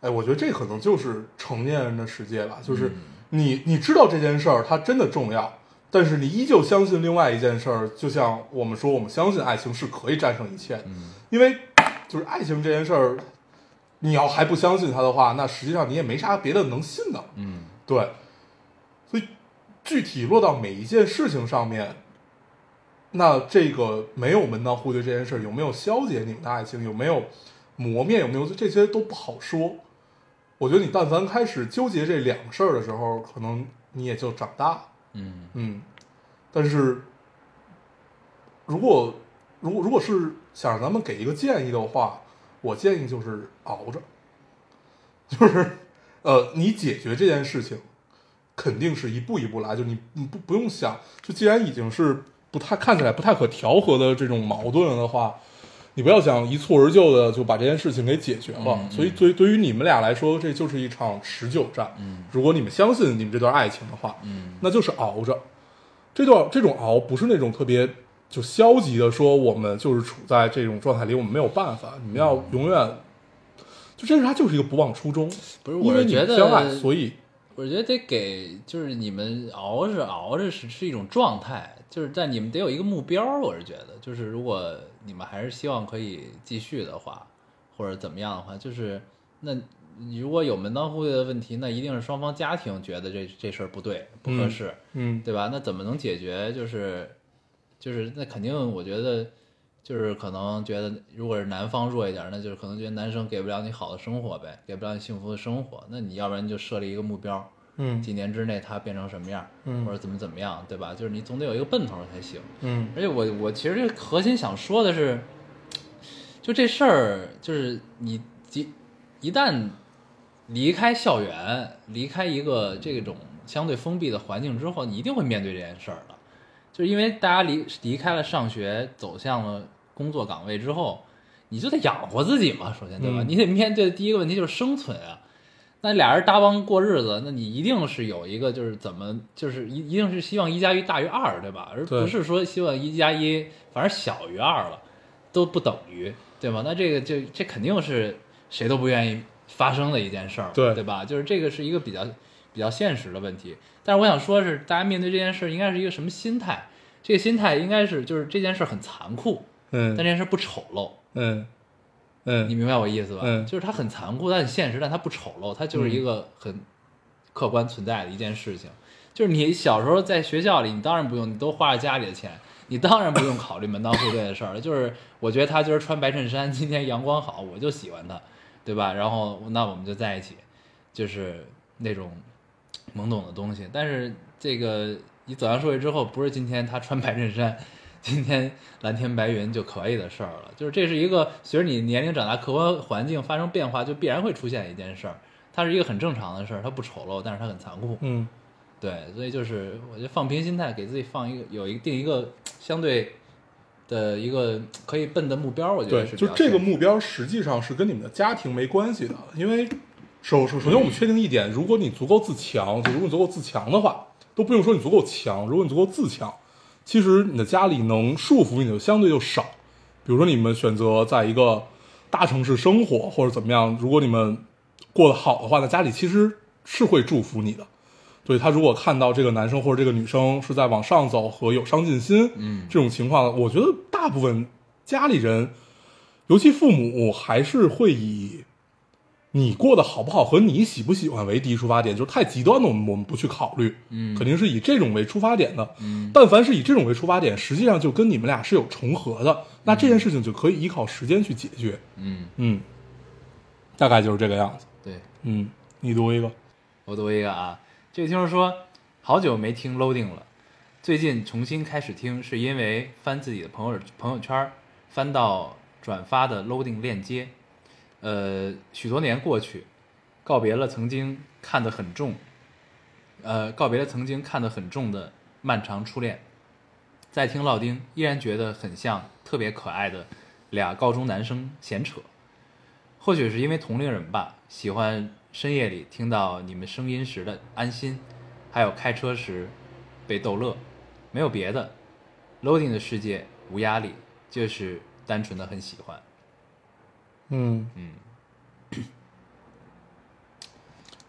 D: 哎，我觉得这可能就是成年人的世界吧，就是你、你知道这件事儿它真的重要，但是你依旧相信另外一件事儿，就像我们说，我们相信爱情是可以战胜一切的，因为就是爱情这件事儿，你要还不相信它的话，那实际上你也没啥别的能信的，
C: 嗯
D: 对，所以具体落到每一件事情上面，那这个没有门当户对这件事儿有没有消解你们的爱情，有没有磨灭，有没有这些都不好说。我觉得你但凡开始纠结这两个事儿的时候，可能你也就长大了。
C: 嗯
D: 嗯，但是如果如果如果是想让咱们给一个建议的话，我建议就是熬着，就是 [LAUGHS] 呃，你解决这件事情肯定是一步一步来，就你你不不用想，就既然已经是不太看起来不太可调和的这种矛盾了的话。你不要想一蹴而就的就把这件事情给解决了，
C: 嗯嗯
D: 所以对对于你们俩来说，这就是一场持久战。
C: 嗯
D: 如果你们相信你们这段爱情的话，
C: 嗯
D: 那就是熬着。这段这种熬不是那种特别就消极的说我们就是处在这种状态里，我们没有办法，你们要
C: 嗯
D: 永远就这是他就是一个不忘初衷，
C: 不是
D: 因
C: 我
D: 为
C: 是
D: 你
C: 觉
D: 们
C: 得
D: 相爱，所以
C: 我觉得得给，就是你们熬着熬着是是一种状态，就是但你们得有一个目标儿。我是觉得，就是如果你们还是希望可以继续的话，或者怎么样的话，就是那如果有门当户对的问题，那一定是双方家庭觉得这这事儿不对不合
D: 嗯
C: 适，
D: 嗯
C: 对吧？那怎么能解决？就是就是那肯定，我觉得就是可能觉得，如果是男方弱一点，那就是可能觉得男生给不了你好的生活呗，给不了你幸福的生活，那你要不然就设立一个目标，
D: 嗯
C: 几年之内他变成什么样，
D: 嗯
C: 或者怎么怎么样，对吧？就是你总得有一个奔头才行。
D: 嗯
C: 而且我我其实这核心想说的是，就这事儿，就是你即一旦离开校园，离开一个这种相对封闭的环境之后，你一定会面对这件事儿的。就是因为大家离离开了上学，走向了工作岗位之后，你就得养活自己嘛，首先对吧？
D: 嗯
C: 你得面对的第一个问题就是生存啊。那俩人搭帮过日子，那你一定是有一个就是怎么就是一一定是希望一加一大于二，对吧？而
D: 对
C: 不是说希望一加一反而小于二了，都不等于，对吗？那这个就这肯定是谁都不愿意发生的一件事儿，
D: 对
C: 对吧？就是这个是一个比较比较现实的问题。但是我想说是，大家面对这件事儿应该是一个什么心态？这个心态应该是就是这件事儿很残酷，但这
D: 嗯
C: 件事儿不丑陋，
D: 嗯
C: 你
D: 嗯
C: 明白我意思吧？
D: 嗯
C: 就是它很残酷，它很现实，但它不丑陋，它就是一个很客观存在的一件事情。就是你小时候在学校里，你当然不用，你都花着家里的钱，你当然不用考虑门当户对的事儿了。就是我觉得他今儿穿白衬衫，今天阳光好，我就喜欢他，对吧？然后那我们就在一起，就是那种懵懂的东西。但是这个你走向社会之后，不是今天他穿白衬衫，今天蓝天白云就可以的事儿了。就是这是一个随着你年龄长大，客观环境发生变化，就必然会出现一件事儿。它是一个很正常的事儿，它不丑陋，但是它很残酷。
D: 嗯
C: 对，所以就是我觉得放平心态，给自己放一个有一定一个相对的一个可以奔的目标，我觉得
D: 对，
C: 是比
D: 就
C: 较
D: 这个
C: 现实
D: 目标实际上是跟你们的家庭没关系的，因为首首首先我们确定一点，如果你足够自强，就如果你足够自强的话，都不用说你足够强，如果你足够自强，其实你的家里能束缚你的相对就少。比如说你们选择在一个大城市生活或者怎么样，如果你们过得好的话，那家里其实是会祝福你的。对他如果看到这个男生或者这个女生是在往上走和有上进心，
C: 嗯
D: 这种情况，我觉得大部分家里人，尤其父母，还是会以你过得好不好和你喜不喜欢为第一出发点，就是太极端的，我们我们不去考虑，
C: 嗯
D: 肯定是以这种为出发点的。但凡是以这种为出发点，实际上就跟你们俩是有重合的，那这件事情就可以依靠时间去解决。
C: 嗯，
D: 嗯，大概就是这个样子。
C: 对。
D: 嗯，你读一个。
C: 我读一个啊，这个听众说好久没听 Loading 了，最近重新开始听，是因为翻自己的朋友朋友圈儿，翻到转发的 Loading 链接，呃，许多年过去，告别了曾经看得很重，呃，告别了曾经看得很重的漫长初恋，再听老丁依然觉得很像特别可爱的俩高中男生闲扯，或许是因为同龄人吧，喜欢深夜里听到你们声音时的安心，还有开车时被逗乐，没有别的。Loading 的世界无压力，就是单纯的很喜欢。
D: 嗯嗯， [COUGHS]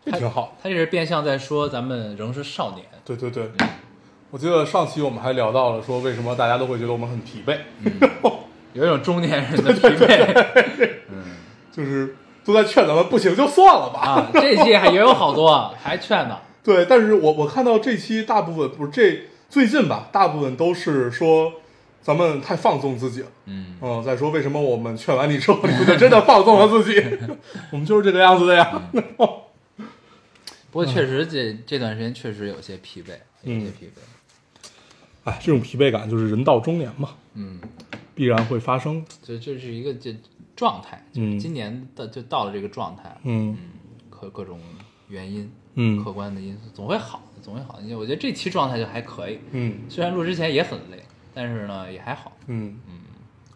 D: 这挺好的。
C: 他这是变相在说咱们仍是少年，
D: 对对对，我记得上期我们还聊到了说为什么大家都会觉得我们很疲惫，
C: 有一种中年人的疲惫
D: 就是都在劝咱们不行就算了吧。
C: 啊。这期还也有好多啊还劝呢，
D: 对，但是我我看到这期大部分不是这最近吧，大部分都是说咱们太放纵自己了。
C: 嗯，
D: 嗯，再说为什么我们劝完你之后，你就真的放纵了自己？
C: 嗯
D: 我们就是这个样子的呀。
C: 不过确实这这段时间确实有些疲惫，有些疲惫。
D: 哎，这种疲惫感就是人到中年嘛，
C: 嗯，
D: 必然会发生。
C: 这这是一个这状态，就是
D: 嗯
C: 今年的就到了这个状态了。
D: 嗯
C: 各各种原因，
D: 嗯
C: 客观的因素总会好，的，总会好。因为我觉得这期状态就还可以，
D: 嗯
C: 虽然录之前也很累，但是呢也还好。
D: 嗯嗯，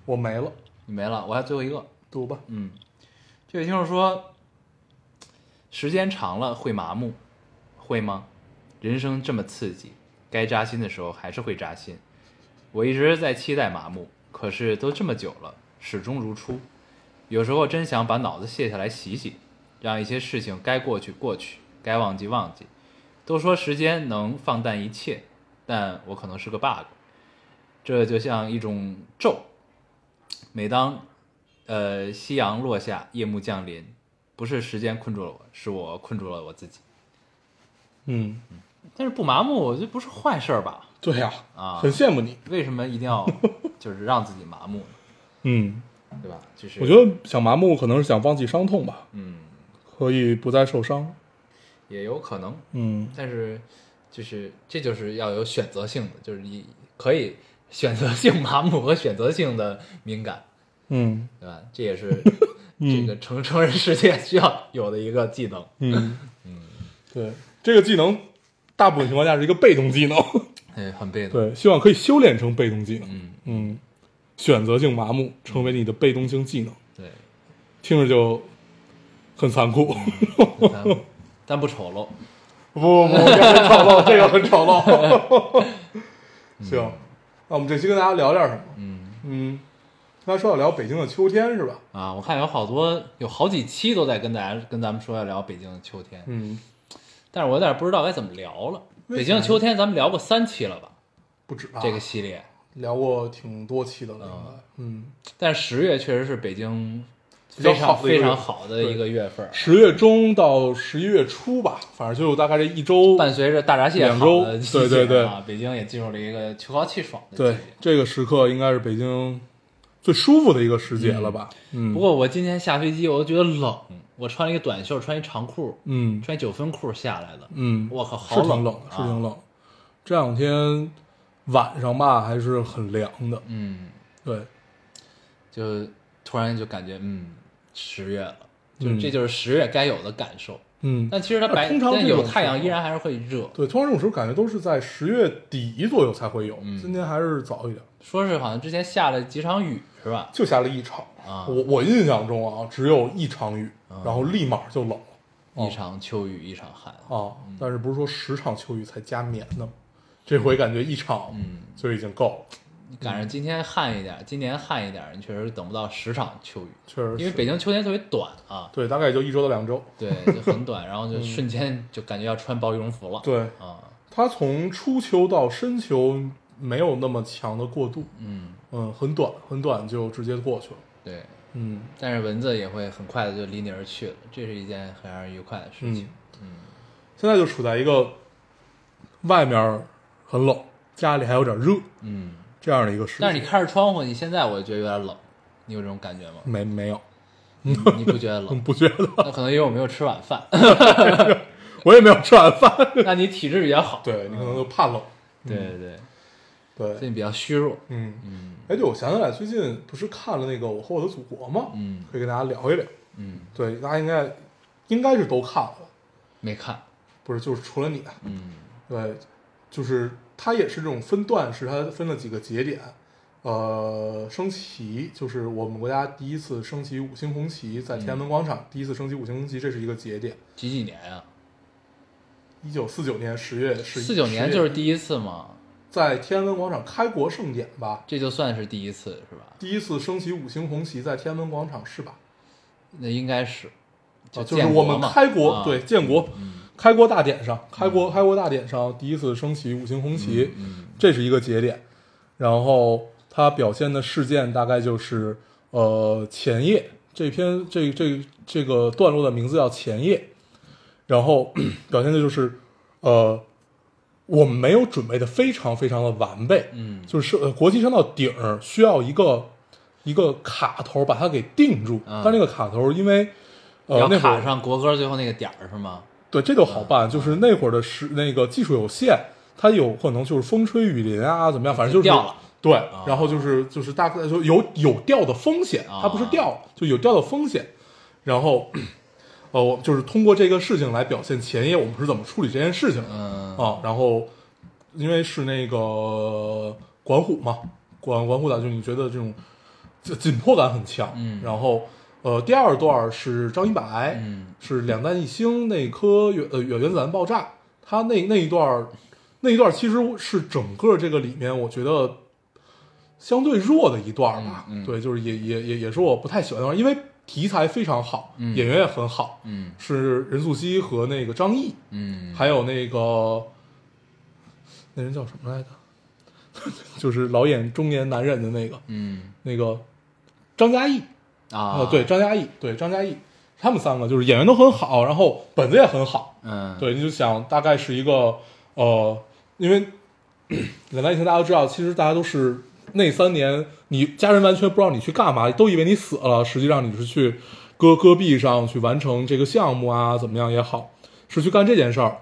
D: 我没了，
C: 你没了，我还最后一个，
D: 读吧。
C: 嗯，这位听众说，时间长了会麻木，会吗？人生这么刺激，该扎心的时候还是会扎心。我一直在期待麻木，可是都这么久了，始终如初。有时候真想把脑子卸下来洗洗，让一些事情该过去过去，该忘记忘记。都说时间能放淡一切，但我可能是个 bug。这就像一种咒，每当呃，夕阳落下，夜幕降临，不是时间困住了我，是我困住了我自己。
D: 嗯，
C: 但是不麻木，我觉得不是坏事儿吧？
D: 对呀、
C: 啊
D: 很羡慕你。
C: 为什么一定要
D: [LAUGHS]
C: 就是让自己麻木呢？
D: 嗯，
C: 对吧？就是
D: 我觉，得想麻木可能是想忘记伤痛吧，
C: 嗯，
D: 可以不再受伤。
C: 也有可能，
D: 嗯，
C: 但是就是这就是要有选择性的，就是你可以选择性麻木和选择性的敏感，
D: 嗯
C: 对吧？这也
D: [LAUGHS]
C: 是这个成成人世界需要有的一个技能。
D: 嗯对，这个技能大部分情况下是一个被动技
C: [LAUGHS]
D: 能，
C: 哎，很被动。
D: 对，希望可以修炼成被动技能。
C: 嗯，
D: 嗯，选择性麻木成为你的被动性技能，
C: 对。
D: 听着就很残酷。
C: 嗯但但不丑陋。
D: 不不不，这个很丑陋，这个很丑
C: 嗯
D: [LAUGHS] 陋。行，那我们这期跟大家聊点什么？
C: 嗯，
D: 嗯，刚才说要聊北京的秋天是吧？
C: 啊，我看有好多有好几期都在跟大家跟咱们说要聊北京的秋天，
D: 嗯，
C: 但是我有点不知道该怎么聊了。
D: 为啥呀
C: 北京的秋天咱们聊过三期了吧？
D: 不止吧，
C: 这个啊系列，
D: 聊过挺多期的了，应该嗯，
C: 但是十月确实是北京
D: 比较
C: 非常
D: 好的
C: 非常好的
D: 一个月对
C: 一个月份儿，
D: 十月中到十一月初吧，反正就大概这一周。
C: 伴随着大闸蟹
D: 两
C: 好的
D: 周
C: 季节
D: 对对对
C: 啊，北京也进入了一个秋高气爽的季
D: 对
C: 节。，
D: 这个时刻应该是北京最舒服的一个时节了吧？嗯，
C: 不过我今天下飞机，我就觉得冷，我穿了一个短袖，穿一长裤，
D: 嗯
C: 穿一九分裤下来的，
D: 嗯，
C: 我靠，好
D: 是挺冷
C: 冷
D: 的，
C: 啊
D: 是挺冷的。这两天晚上吧，还是很凉的。
C: 嗯，
D: 对，
C: 就突然就感觉嗯，十月了，就
D: 嗯
C: 这就是十月该有的感受。
D: 嗯，
C: 但其实它
D: 那
C: 白，
D: 通常
C: 但
D: 这种
C: 有太阳
D: 时候
C: 依然还是会热。
D: 对，通常这种时候感觉都是在十月底左右才会有，今天还是早一点，
C: 说是好像之前下了几场雨是吧？
D: 就下了一场。
C: 啊
D: 我我印象中啊，只有一场雨，然后立马就冷了。哦
C: 一场秋雨一场旱。
D: 啊，但是不是说十场秋雨才加冕的吗？这回感觉一场就已经够了，
C: 赶上今天旱一点，今年旱一点，你确实等不到十场秋雨，
D: 确实是
C: 因为北京秋天特别短啊，
D: 对，大概也就一周到两周。
C: 对，就很短，然后就瞬间就感觉要穿薄羽绒服了。
D: 嗯对，
C: 啊，
D: 它从初秋到深秋没有那么强的过渡，
C: 嗯，
D: 嗯，很短很短就直接过去了，
C: 对，
D: 嗯
C: 但是蚊子也会很快的就离你而去了，这是一件很让人愉快的事情
D: 嗯。，现在就处在一个外面很冷，家里还有点热
C: 嗯，
D: 这样的一个时
C: 但是
D: 间？
C: 你。开着窗户，你现在我觉得有点冷，你有这种感觉吗
D: 没没有，嗯
C: 你你不觉得
D: [LAUGHS]
C: 冷？
D: 不觉得，
C: 那可能因为我没有吃晚
D: [LAUGHS]
C: 饭，
D: 我也没有吃晚饭。
C: 那你体质比较好。
D: 对你嗯可能就怕冷，
C: 对对对，所以
D: 对，
C: 你比较虚弱。
D: 嗯。
C: 嗯
D: 哎，对，我想起来，最近不是看了那个《我和我的祖国》吗？
C: 嗯
D: 可以跟大家聊一聊。
C: 嗯，
D: 对，大家应该应该是都看了，
C: 没看。
D: 不是，就是除了你，
C: 嗯
D: 对，就是它也是这种分段式，它分了几个节点。呃，升旗就是我们国家第一次升起五星红旗，在天安门广场、第一次升起五星红旗，这是一个节点。
C: 几几年啊？
D: 一九四九年十月十
C: 四九年就是
D: 一
C: 第一次嘛，
D: 在天安门广场开国盛典吧，
C: 这就算是第一次是吧？
D: 第一次升起五星红旗在天安门广场是吧？
C: 那应该是，
D: 啊，就是
C: 建
D: 我
C: 国
D: 们
C: 嘛
D: 开国、
C: 啊嗯
D: 对建国、开国大典上，开国开国大典上第一次升起五星红旗，这是一个节点。然后它表现的事件大概就是，呃，前夜这篇这这这个段落的名字叫前夜，然后 [CLEARS THROAT] 表现的就是，呃，我们没有准备的非常非常的完备，
C: 嗯
D: 就是呃国旗升到顶儿需要一个一个卡头把它给定住，
C: 嗯
D: 但这个卡头因为呃
C: 要
D: 那会
C: 卡
D: 儿
C: 上啊国歌最后那个点儿是吗？
D: 对这就好办，就是那会儿的时那个技术有限，它有可能就是风吹雨淋啊怎么样，反正就是
C: 掉了。
D: 对，然后就是就是大概就有有掉的风险，
C: 啊
D: 它不是掉了，就有掉的风险。然后， [CLEARS THROAT] 呃，我就是通过这个事情来表现前夜我们是怎么处理这件事情的。
C: 嗯
D: 啊，然后因为是那个管虎嘛，管管虎打就你觉得这种紧紧迫感很强，
C: 嗯
D: 然后呃第二段是张一白，
C: 嗯
D: 是两弹一星那颗原呃原原子弹爆炸，他那那一段那一段其实是整个这个里面我觉得相对弱的一段吧，
C: 嗯嗯
D: 对，就是也也也也是我不太喜欢的，因为题材非常好，
C: 嗯
D: 演员也很好，
C: 嗯
D: 是任素汐和那个张译，
C: 嗯，
D: 还有那个那人叫什么来着？ [LAUGHS] 就是老演中年男人的那个
C: 嗯
D: 那个张嘉译
C: 啊
D: 呃，对，张嘉译，对张嘉译，他们三个就是演员都很好，然后本子也很好，
C: 嗯
D: 对，你就想大概是一个呃，因为两年以前大家都知道，其实大家都是那三年你家人完全不知道你去干嘛，都以为你死了，实际上你是去戈戈壁上去完成这个项目啊，怎么样也好，是去干这件事儿。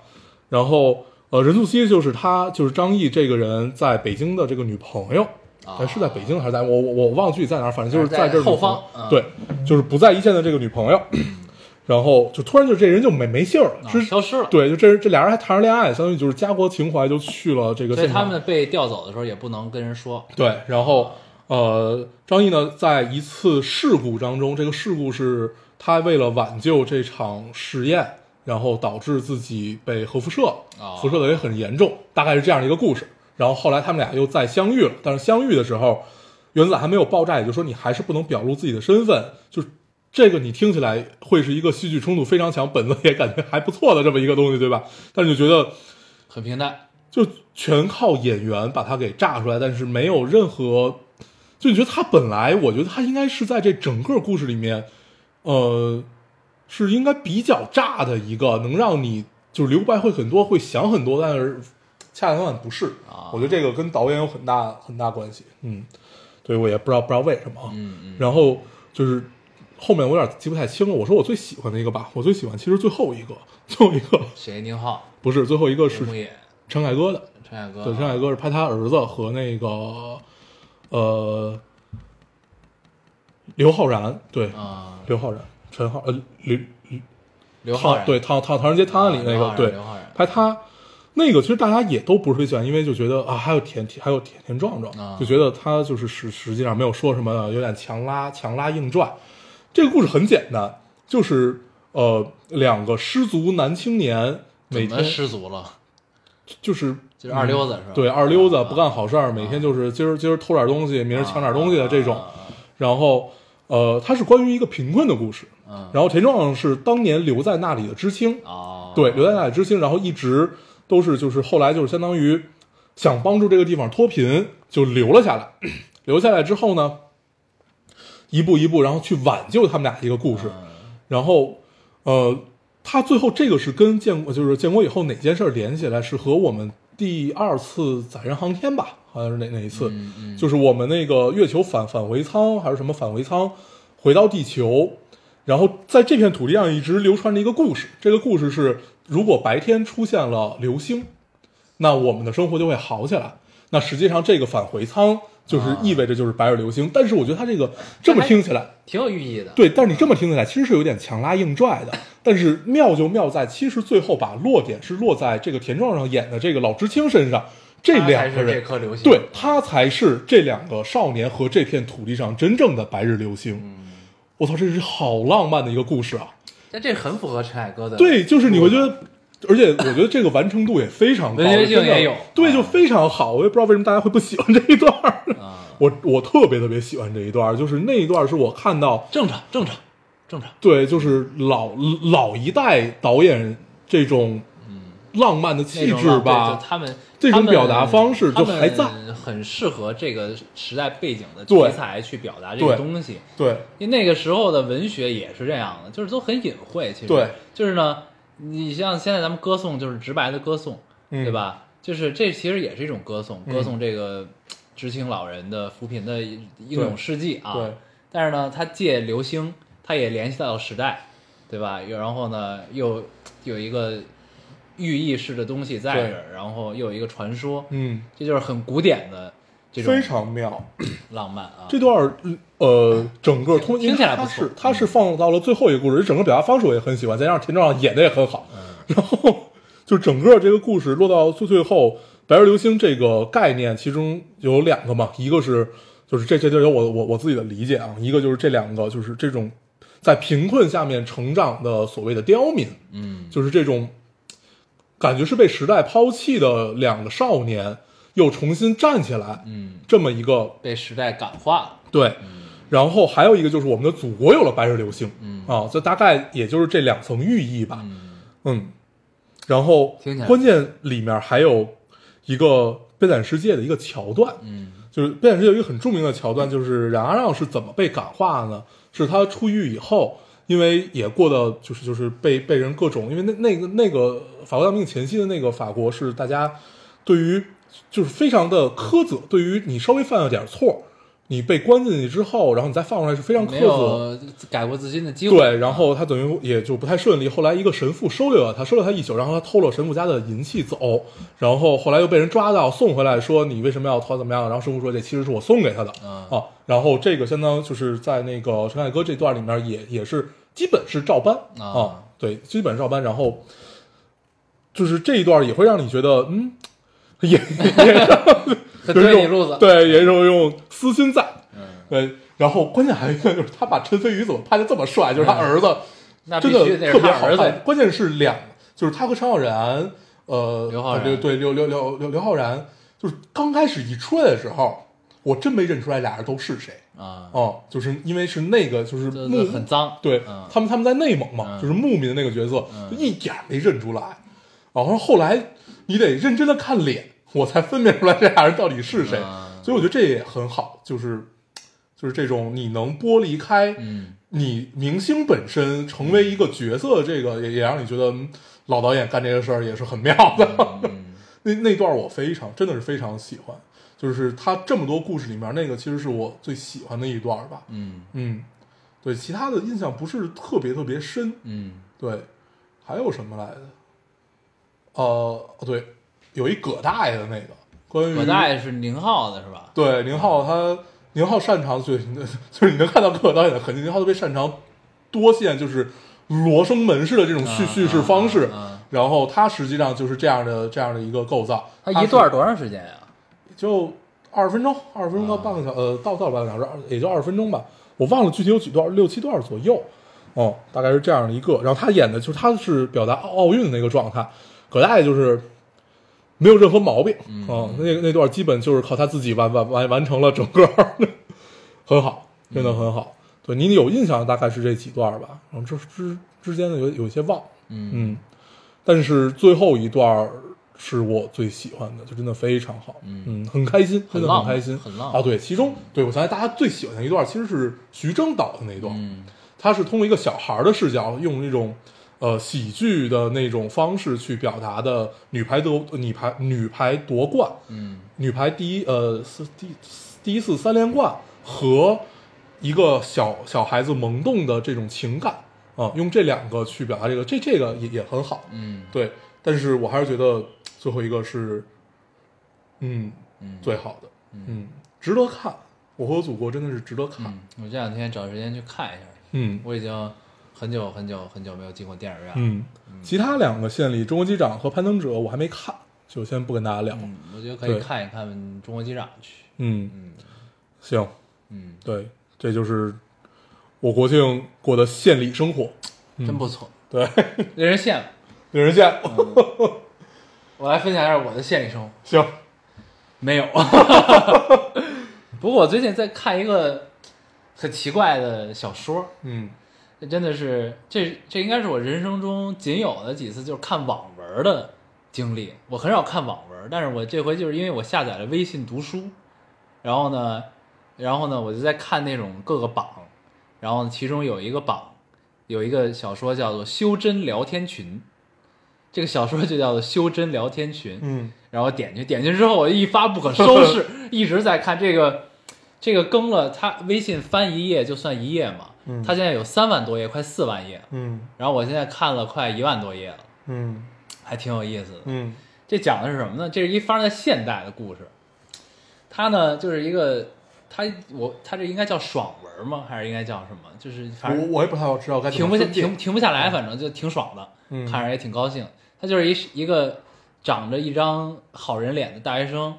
D: 然后呃，任素汐就是她，就是张译这个人在北京的这个女朋友。
C: 啊
D: 哎，是在北京还是在我我我忘了具体在哪儿，反正就是在这儿
C: 在后
D: 女朋
C: 方
D: 友
C: 嗯
D: 对，就是不在一线的这个女朋友， [COUGHS] 然后就突然就这人就没没信儿
C: 啊
D: 了，之
C: 消失了。
D: 对，就这这俩人还谈着恋爱，相当于就是家国情怀就去了这个
C: 所以
D: 现
C: 他
D: 场。
C: 们被调走的时候也不能跟人说，
D: 对，然后呃，张译呢在一次事故当中，这个事故是他为了挽救这场实验，然后导致自己被核辐射
C: 哦，
D: 辐射的也很严重，大概是这样一个故事。然后后来他们俩又再相遇了，但是相遇的时候，原子弹还没有爆炸，也就是说你还是不能表露自己的身份，就是这个你听起来会是一个戏剧冲突非常强，本子也感觉还不错的这么一个东西，对吧？但是就觉得
C: 很平淡。
D: 就全靠演员把它给炸出来，但是没有任何，就你觉得他本来，我觉得他应该是在这整个故事里面，呃，是应该比较炸的一个，能让你就是留白会很多，会想很多，但是恰恰相反不是
C: 啊
D: 我觉得这个跟导演有很大很大关系，嗯，对我也不知道不知道为什么，嗯嗯，然后就是后面我有点记不太清了，我说我最喜欢的一个吧，我最喜欢其实最后一个，最后一个
C: 谁？宁浩、
D: 不是最后一个
C: 刘
D: 是
C: 牧野、
D: 陈凯歌的。
C: 陈凯歌，
D: 对，陈凯歌是拍他儿子和那个呃刘昊然，对，
C: 啊，
D: 刘昊然，陈昊呃刘
C: 刘昊
D: 唐
C: 然
D: 对唐唐唐人街探案里那个、
C: 啊
D: 对
C: 刘昊然
D: 拍他那个，其实大家也都不是很喜欢，因为就觉得啊，还有田还有田田壮壮，
C: 啊
D: 就觉得他就是实实际上没有说什么，有点强拉强拉硬拽。这个故事很简单，就是呃两个失足男青年每
C: 怎么
D: 天
C: 失足了？
D: 就是嗯
C: 就是二溜子是吧
D: 对，二溜子
C: 啊
D: 不干好事儿，每天就是今儿今儿偷点东西，明儿抢点东西的这种
C: 啊。
D: 然后，呃，它是关于一个贫困的故事。
C: 嗯，
D: 然后田壮壮是当年留在那里的知青，
C: 哦，
D: 对，留在那里知青，然后一直都是就是后来就是相当于想帮助这个地方脱贫，就留了下来。 [CLEARS THROAT] 留下来之后呢，一步一步，然后去挽救他们俩一个故事。然后，呃，他最后这个是跟建国，就是建国以后哪件事儿连起来，是和我们第二次载人航天吧，好像是哪哪一次，就是我们那个月球返返回舱还是什么返回舱，回到地球，然后在这片土地上一直流传着一个故事，这个故事是如果白天出现了流星，那我们的生活就会好起来。那实际上这个返回舱就是意味着就是白日流
C: 嗯
D: 星，但是我觉得他这个这么听起来。
C: 挺有寓意的。
D: 对，但是你这么听起来其实是有点强拉硬拽的，但是妙就妙在，其实最后把落点是落在这个田壮壮演的这个老知青身上，这
C: 他才
D: 两个
C: 啊是这
D: 人，
C: 颗流星，
D: 对他才是这两个少年和这片土地上真正的白日流星。
C: 嗯
D: 我操，这是好浪漫的一个故事啊！
C: 但这很符合陈凯歌的
D: 对，就是你会觉得，而且我觉得这个完成度也非常高，
C: 文学性
D: 真的
C: 也有
D: 对，
C: 啊
D: 就非常好。我也不知道为什么大家会不喜欢这一段儿，
C: 啊，
D: 我我特别特别喜欢这一段儿，就是那一段儿是我看到。
C: 正常正常正常，
D: 对，就是老老一代导演这种浪漫的气
C: 嗯那种
D: 质
C: 浪
D: 吧
C: 对就，他们
D: 这种
C: 他们
D: 表达方式就还在
C: 他们很适合这个时代背景的
D: 对
C: 题材去表达这个
D: 对
C: 东西。
D: 对
C: 因为那个时候的文学也是这样的，就是都很隐晦。其实
D: 对
C: 就是呢，你像现在咱们歌颂就是直白的歌颂，
D: 嗯
C: 对吧？就是这其实也是一种歌颂，
D: 嗯
C: 歌颂这个知青老人的扶贫的英勇事迹啊。
D: 对
C: 但是呢，他借流星，他也联系到时代，对吧？又然后呢，又有一个寓意式的东西在
D: 对
C: 这儿，然后又有一个传说，
D: 嗯，
C: 这就是很古典的这种
D: 非常妙。
C: 浪漫啊。
D: 这段儿呃，整个通
C: 听起来
D: 它
C: 不错
D: 是它是放到了最后一个故事，整个表达方式我也很喜欢，再加上田壮壮演的也很好，
C: 嗯
D: [LAUGHS] 然后就整个这个故事落到最最后，白日流星这个概念，其中有两个嘛，一个是就是这这就有我我我自己的理解啊，一个就是这两个就是这种在贫困下面成长的所谓的刁民，
C: 嗯
D: 就是这种感觉是被时代抛弃的两个少年又重新站起来，
C: 嗯，
D: 这么一个
C: 被时代感化了。
D: 对，然后还有一个就是我们的祖国有了白日流星，
C: 嗯
D: 啊，这大概也就是这两层寓意吧，
C: 嗯
D: 嗯，然后
C: 听起来
D: 关键里面还有一个悲惨世界的一个桥段，
C: 嗯。
D: 就是悲惨世界有一个很著名的桥段，就是冉阿让是怎么被感化呢？是他出狱以后，因为也过得就是就是被被人各种，因为那那个那个法国大革命前夕的那个法国是大家对于就是非常的苛责，对于你稍微犯了点错，你被关进去之后，然后你再放出来是非常苛
C: 没
D: 责。
C: 有改过自新的机会。啊
D: 对，然后他等于也就不太顺利。后来一个神父收留了他，收留他一宿，然后他偷了神父家的银器走，然后后来又被人抓到，送回来说你为什么要偷怎么样？然后神父说这其实是我送给他的、
C: 嗯
D: 啊。然后这个相当就是在那个陈凯歌这段里面也也是基本是照搬
C: 啊
D: 对，基本是照搬。然后就是这一段也会让你觉得嗯， [LAUGHS] 也也
C: 很
D: 有一
C: 对
D: 种
C: 你路子，
D: 对，也有一种私心在。
C: 嗯，
D: 对，然后关键还有一个就是他把陈飞宇怎么拍的这么帅，就是他
C: 嗯
D: 儿子。
C: 那必
D: 真
C: 须
D: 的
C: 得
D: 特
C: 是
D: 别
C: 他
D: 好
C: 儿
D: 看。
C: 子。
D: 关键是两，就是他和陈浩然，呃，
C: 刘昊然
D: 对对刘刘刘刘刘昊然，就是刚开始一出来的时候，我真没认出来俩人都是谁
C: 啊，
D: 哦、就是因为是那个就是
C: 这
D: 牧
C: 这很脏，
D: 对、
C: 嗯
D: 他们他们在内蒙嘛，
C: 嗯
D: 就是牧民的那个角色，
C: 嗯
D: 就一点儿没认出来。然后后来你得认真的看脸，我才分辨出来这俩人到底是谁。
C: 嗯
D: 所以我觉得这也很好，就是就是这种你能剥离开
C: 嗯
D: 你明星本身成为一个角色，这个也也让你觉得嗯老导演干这个事儿也是很妙的。 [LAUGHS]
C: 嗯
D: 那那段我非常真的是非常喜欢，就是他这么多故事里面那个其实是我最喜欢的一段儿吧。
C: 嗯
D: 嗯，对，其他的印象不是特别特别深。
C: 嗯
D: 对，还有什么来着？呃，对，有一葛大爷的那个关于
C: 我大爷是宁浩的是吧？
D: 对宁浩他宁浩擅长就是你就是你能看到各个导演的痕迹，宁浩特别擅长多线就是罗生门式的这种叙
C: 嗯
D: 叙事方式
C: 嗯嗯嗯，
D: 然后他实际上就是这样的这样的一个构造，
C: 他
D: 它
C: 一
D: 是
C: 段多长时间啊呀？
D: 就二十分钟，二十分钟到半个小呃，到到半个小时，二也就二十分钟吧。我忘了具体有几段，六七段左右，哦，大概是这样的一个。然后他演的就是他是表达奥奥运的那个状态，葛大爷就是没有任何毛病，嗯，那那段基本就是靠他自己完完完完成了整个， [LAUGHS] 很好，真的很好。对你有印象的大概是这几段吧，然后这之之间的有有一些忘，
C: 嗯
D: 嗯，但是最后一段儿是我最喜欢的，就真的非常好，
C: 嗯
D: 很开心，
C: 很
D: 真的
C: 浪漫
D: 开心，
C: 很浪漫
D: 啊！对，其中对我想起大家最喜欢的一段，其实是徐峥导的那一段，
C: 嗯
D: 他是通过一个小孩儿的视角，用那种呃喜剧的那种方式去表达的女排夺女排女排夺冠，
C: 嗯
D: 女排第一呃四第第一次三连冠和一个小小孩子萌动的这种情感啊、用这两个去表达这个，这这个也也很好，
C: 嗯
D: 对。但是我还是觉得最后一个是，嗯，
C: 嗯，
D: 最好的，嗯，值得看，《我和我祖国》真的是值得看，
C: 嗯，我这两天找时间去看一下，
D: 嗯
C: 我已经很久很久很久没有进过电影院了。
D: 嗯。其他两个县里，《中国机长》和《攀登者》我还没看，就先不跟大家聊，
C: 嗯，我觉得可
D: 对
C: 以看一看《中国机长》去。
D: 嗯，
C: 嗯
D: 行，
C: 嗯，
D: 对，这就是我国庆过的县里生活，
C: 真不错，
D: 嗯对。
C: [LAUGHS] 令人羡慕。
D: 令人羡慕。
C: 我来分享一下我的县里生活，
D: [LAUGHS] 行，
C: 没有。不过我最近在看一个很奇怪的小说，
D: 嗯
C: 这真的是这这应该是我人生中仅有的几次就是看网文的经历。我很少看网文，但是我这回就是因为我下载了微信读书，然后呢，然后呢，我就在看那种各个榜，然后其中有一个榜有一个小说叫做《修真聊天群》，这个小说就叫做《修真聊天群》。
D: 嗯
C: 然后点进去，点进去之后我一发不可收拾，一直在看这个，这个更了，它微信翻一页就算一页嘛，
D: 嗯
C: 它现在有三万多页，快四万页，
D: 嗯
C: 然后我现在看了快一万多页了，
D: 嗯
C: 还挺有意思的。
D: 嗯
C: 这讲的是什么呢？这是一发生在现代的故事，它呢就是一个，它我它这应该叫爽文吗？还是应该叫什么？就是反正
D: 我我也不太好知道该怎
C: 停
D: 么
C: 不下
D: 分辨
C: 停停不下来，反正就挺爽的，
D: 嗯
C: 看着也挺高兴。他就是一一个长着一张好人脸的大学生，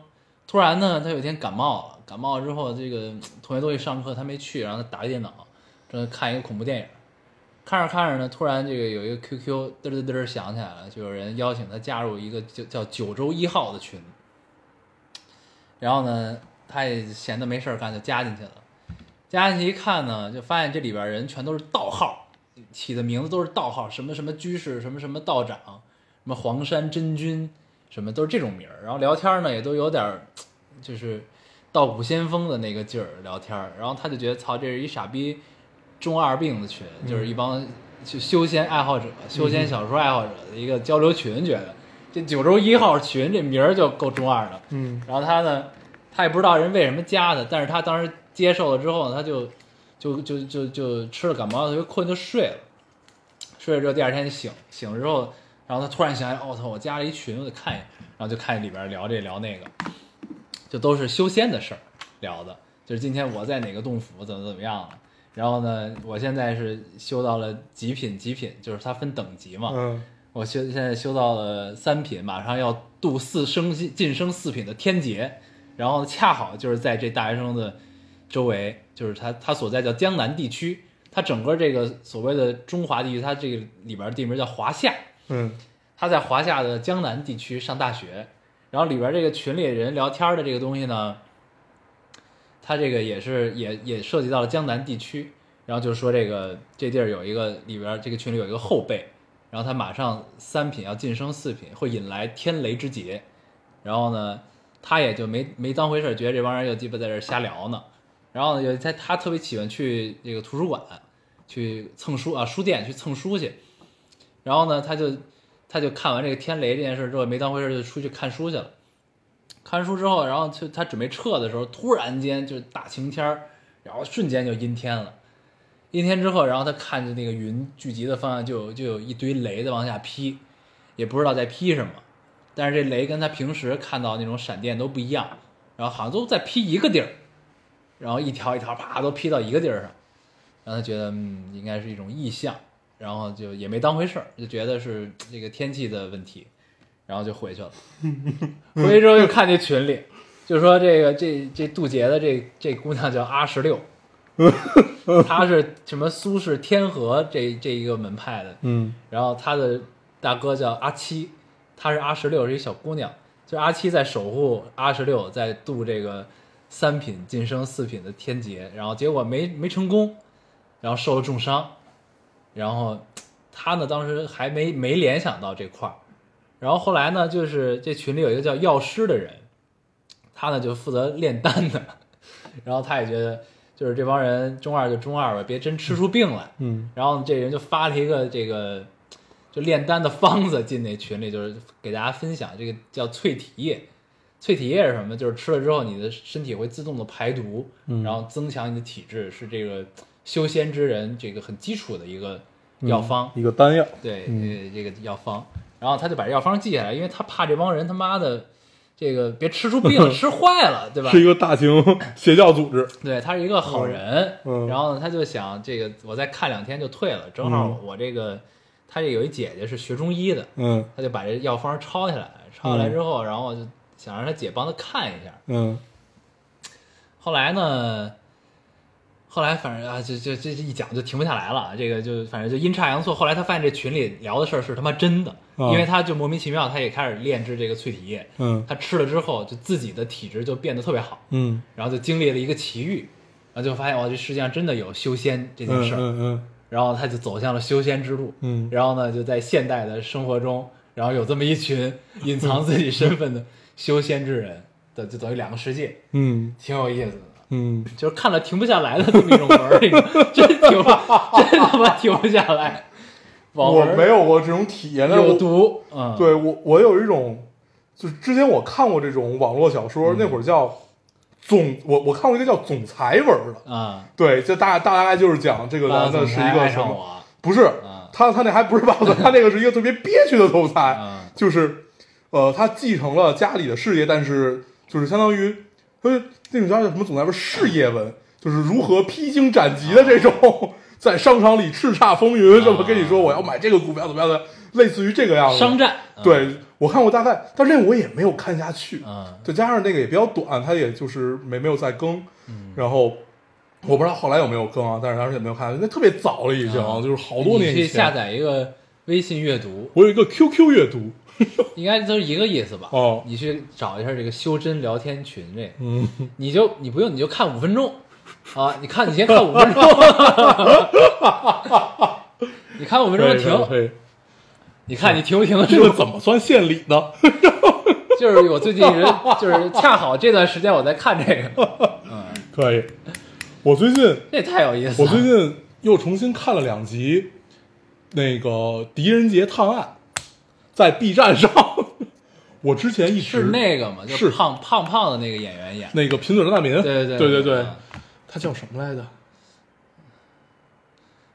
C: 突然呢，他有一天感冒了，感冒之后，这个嗯同学都去上课，他没去，然后他打开电脑，正看一个恐怖电影，看着看着呢，突然这个有一个 QQ 嘚嘚嘚儿响起来了，就有人邀请他加入一个就叫九州一号的群，然后呢，他也闲得没事儿干，就加进去了。加进去一看呢，就发现这里边人全都是盗号，起的名字都是盗号，什么什么居士，什么什么道长，什么黄山真君，什么都是这种名儿。然后聊天呢，也都有点儿就是道骨仙风的那个劲儿聊天儿。然后他就觉得，操，这是一傻逼中二病的群，就是一帮就修仙爱好者、修仙小说爱好者的一个交流群，觉得。这九州一号群这名儿就够中二的，
D: 嗯
C: 然后他呢，他也不知道人为什么加的，但是他当时接受了之后呢，他就就就就就吃了感冒药，特别困，就睡了。睡了之后，第二天就醒，醒了之后，然后他突然想起来，哦，操，我加了一群，我得看一眼，然后就看里边聊这聊那个，就都是修仙的事儿聊的，就是今天我在哪个洞府怎么怎么样了。然后呢，我现在是修到了极品，极品就是它分等级嘛，
D: 嗯
C: 我修现在修到了三品，马上要度四升晋升四品的天劫，然后恰好就是在这大学生的周围，就是他他所在叫江南地区，他整个这个所谓的中华地区，它这个里边地名叫华夏，
D: 嗯
C: 他在华夏的江南地区上大学，然后里边这个群里人聊天的这个东西呢，它这个也是也也涉及到了江南地区，然后就是说这个这地儿有一个里边儿这个群里有一个后辈，然后他马上三品要晋升四品，会引来天雷之劫，然后呢，他也就没没当回事儿，觉得这帮人又鸡巴在这儿瞎聊呢，然后呢，有一天他特别喜欢去这个图书馆去蹭书啊书店去蹭书去，然后呢，他就他就看完这个天雷这件事之后没当回事儿，就出去看书去了。看完书之后，然后就他准备撤的时候，突然间就是大晴天儿，然后瞬间就阴天了。阴天之后，然后他看着那个云聚集的方向就有就有一堆雷在往下劈，也不知道在劈什么。但是这雷跟他平时看到那种闪电都不一样，然后好像都在劈一个地儿，然后一条一条啪都劈到一个地儿上。然后他觉得嗯，应该是一种异象，然后就也没当回事儿，就觉得是这个天气的问题，然后就回去了。回去之后就看这群里，就说这个这这渡劫的这这姑娘叫阿十六，她是什么苏轼天河这这一个门派的，
D: 嗯
C: 然后她的大哥叫阿七，她是阿十六，是一小姑娘，就阿七在守护阿十六在渡这个三品晋升四品的天劫，然后结果没没成功，然后受了重伤，然后他呢当时还没没联想到这块儿，然后后来呢，就是这群里有一个叫药师的人，他呢就负责炼丹的， [LAUGHS] 然后他也觉得就是这帮人中二就中二吧，别真吃出病来。
D: 嗯
C: 然后这人就发了一个这个就炼丹的方子进那群里，就是给大家分享这个叫淬体液。淬体液是什么？就是吃了之后，你的身体会自动的排毒，
D: 嗯
C: 然后增强你的体质，是这个修仙之人这个很基础的一个
D: 嗯
C: 药方。
D: 一个丹药，
C: 对，
D: 嗯
C: 呃这个药方，然后他就把药方记下来，因为他怕这帮人他妈的这个别吃出
D: [LAUGHS]
C: 病吃坏了，对吧？
D: 是一个大型 [LAUGHS] 邪教组织，
C: 对，他是一个好人，
D: 嗯嗯
C: 然后呢，他就想这个我再看两天就退了，正好
D: 嗯
C: 我这个他这有一姐姐是学中医的，
D: 嗯
C: 他就把这药方抄下来，抄下来之后，然后就想让他姐帮他看一下，
D: 嗯
C: 后来呢，后来反正啊，这这这一讲就停不下来了。这个就反正就阴差阳错，后来他发现这群里聊的事儿是他妈真的，
D: 啊
C: 因为他就莫名其妙，他也开始炼制这个淬体液，
D: 嗯
C: 他吃了之后，就自己的体质就变得特别好，
D: 嗯
C: 然后就经历了一个奇遇，然后就发现哦哇，这世界上真的有修仙这
D: 嗯
C: 件
D: 嗯
C: 事儿，
D: 嗯
C: 然后他就走向了修仙之路。
D: 嗯
C: 然后呢，就在现代的生活中，然后有这么一群隐藏自己身份的修仙之人的，就等于两个世界，
D: 嗯
C: 挺有意思的。
D: 嗯，
C: 就是看了停不下来的这么一种文儿，你知道吗 [LAUGHS] 真停不，真他妈停不下来。网
D: 我
C: 文儿
D: 没有过这种体验，但是
C: 有
D: 我
C: 毒，嗯，，
D: 对我我有一种，就是之前我看过这种网络小
C: 嗯
D: 说，那会儿叫总，我我看过一个叫总裁文儿的，
C: 啊，
D: 对，这大大概就是讲这个
C: 八
D: 男
C: 个
D: 的
C: 啊总
D: 是
C: 裁
D: 一个
C: 爱
D: 什
C: 上
D: 么，
C: 我，
D: 不是
C: 嗯
D: 他他那还不是霸总，他那个是一个特别憋屈的总裁，
C: 嗯
D: [LAUGHS] 就是呃，他继承了家里的事业，但是就是相当于他那种叫什么总裁文事业文，就是如何披荆斩棘的这种。
C: 啊
D: [LAUGHS] 在商场里叱咤风云，这么跟你说，我要买这个股票怎么样的，类似于这个样子。
C: 商战，嗯，
D: 对我看过大概，但是那个我也没有看下去，
C: 嗯
D: 再加上那个也比较短，它也就是没没有再更，
C: 嗯
D: 然后我不知道后来有没有更啊，但是当时也没有看，那特别早了已经，
C: 啊
D: 就是好多年
C: 你去
D: 以
C: 下
D: 前。
C: 载一个微信阅读，
D: 我有一个 QQ 阅读，
C: 应该都是一个意思吧？
D: 哦
C: 你去找一下这个修真聊天群这个，
D: 嗯，
C: 你就你不用你就看五分钟，啊，你看你先看五
D: [LAUGHS]
C: 分钟，你看五分钟就停，
D: 停，
C: 你看你停不停得
D: 这
C: 住
D: 个？怎么算献礼呢？ [LAUGHS]
C: 就是我最近一直就是恰好这段时间我在看这个，
D: 可以，我最近
C: 这太有意思
D: 我
C: 了。
D: 最近又重新看了两集那个《狄仁杰探案》，在 B 站上， [LAUGHS] 我之前一
C: 是
D: 直
C: 那个嘛，就是胖胖胖的那个演员演，
D: 那个贫嘴张大民，
C: 对
D: 对
C: 对
D: 对
C: 对
D: 对
C: 嗯，
D: 他叫什么来着？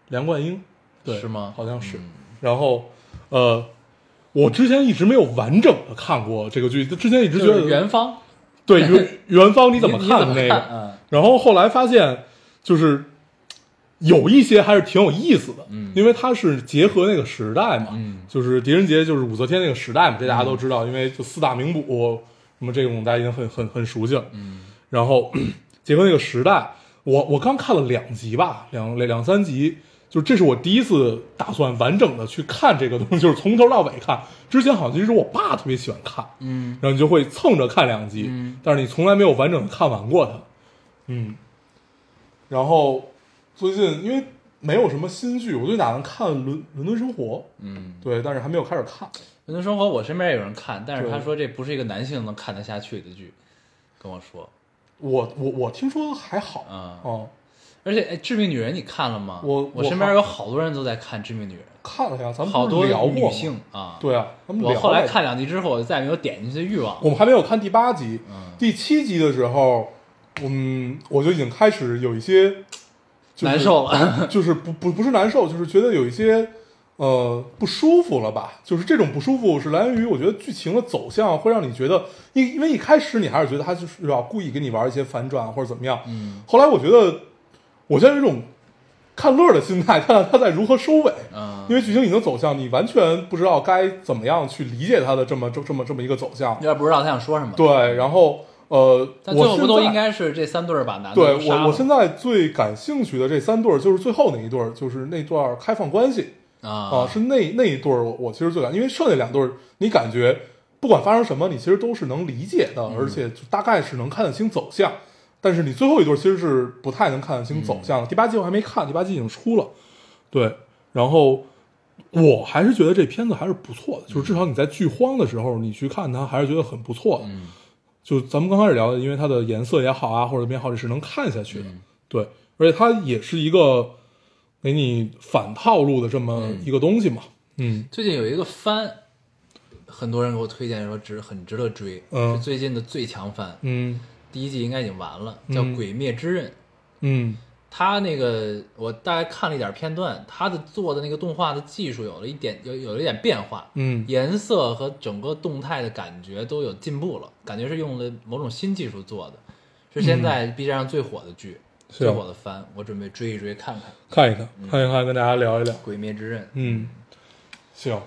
D: 梁冠英，对
C: 是吗
D: 好像是
C: 嗯。
D: 然后，呃，我之前一直没有完整的看过这个剧，之前一直觉
C: 就是
D: 得
C: 元芳，
D: 对元元芳你
C: 你
D: 怎么
C: 你怎
D: 看
C: 么看
D: 那个？
C: 嗯
D: 然后后来发现，就是有一些还是挺有意思的，
C: 嗯
D: 因为它是结合那个时代嘛，
C: 嗯
D: 就是狄仁杰就是武则天那个时代嘛，这大家都知道，因为就四大名捕什么这种大家已经很很很熟悉了，嗯，然后 [CLEARS THROAT] 结合那个时代，我我刚看了两集吧，两两两三集。就这是我第一次打算完整的去看这个东西，就是从头到尾看。之前好像其实我爸特别喜欢看，
C: 嗯
D: 然后你就会蹭着看两集，但是你从来没有完整的看完过它。嗯，然后最近因为没有什么新剧，我最近打算看《伦伦敦生活》，
C: 嗯，
D: 对，但是还没有开始看。
C: 伦敦生活我身边也有人看，但是
D: 对
C: 他说这不是一个男性能看得下去的剧，跟我说。
D: 我我我听说还好，
C: 嗯
D: 哦，
C: 而且，哎，致命女人你看了吗？
D: 我
C: 我
D: 我
C: 身边
D: 好
C: 有好多人都在看致命女人，
D: 看了呀，咱们
C: 好
D: 不
C: 多
D: 是聊过
C: 女
D: 吗
C: 性啊。，
D: 对啊，咱们聊
C: 我后来
D: 了
C: 看两集之后，我就再也没有点进去的欲望。
D: 我们还没有看第八集，
C: 嗯
D: 第七集的时候，嗯，我就已经开始有一些、就是
C: 难受了，
D: 就是不不不是难受，就是觉得有一些呃不舒服了吧。就是这种不舒服是来源于我觉得剧情的走向会让你觉得，因因为一开始你还是觉得他就是要故意跟你玩一些反转啊或者怎么样，
C: 嗯
D: 后来我觉得我现在有一种看乐儿的心态， [LAUGHS] 看看他在如何收尾。
C: 嗯，
D: 因为剧情已经走向，你完全不知道该怎么样去理解它的这么这这么这么一个走向
C: 有。点不知道他想说什么。，
D: 对，然后呃，
C: 但最
D: 我
C: 后
D: 现
C: 不都
D: 在
C: 应该是这三对儿把男的
D: 对
C: 都杀了
D: 我我现在最感兴趣的这三对儿就是最后那一对儿，就是那段儿开放关系啊、
C: 啊
D: 是那那一对儿我我其实最感，因为剩下两对儿你感觉不管发生什么，你其实都是能理解的，而且就大概是能看得清走向。但是你最后一对儿其实是不太能看得清走向的。第八季我还没看，第八季已经出了，对，然后。我还是觉得这片子还是不错的，就是至少你在剧荒的时候，你去看它还是觉得很不错的。
C: 嗯
D: 就咱们刚开始聊的，因为它的颜色也好啊，或者怎么样好，这是能看下去
C: 嗯
D: 的。对，而且它也是一个给你反套路的这么一个东西嘛。嗯，
C: 最近有一个番，很多人给我推荐说值很值得追，
D: 嗯
C: 是最近的最强番，
D: 嗯
C: 第一季应该已经完了，叫
D: 嗯
C: 《鬼灭之刃》。
D: 嗯
C: 他那个我大概看了一点片段，他的做的那个动画的技术有了一点有有了一点变化，
D: 嗯
C: 颜色和整个动态的感觉都有进步了，感觉是用了某种新技术做的，是现在 B 站上最火的剧，
D: 嗯是
C: 最
D: 啊
C: 火的番，我准备追一追看看《
D: 看一看，
C: 嗯
D: 看一看，跟大家聊一聊。
C: 鬼灭之刃》。
D: 嗯，行，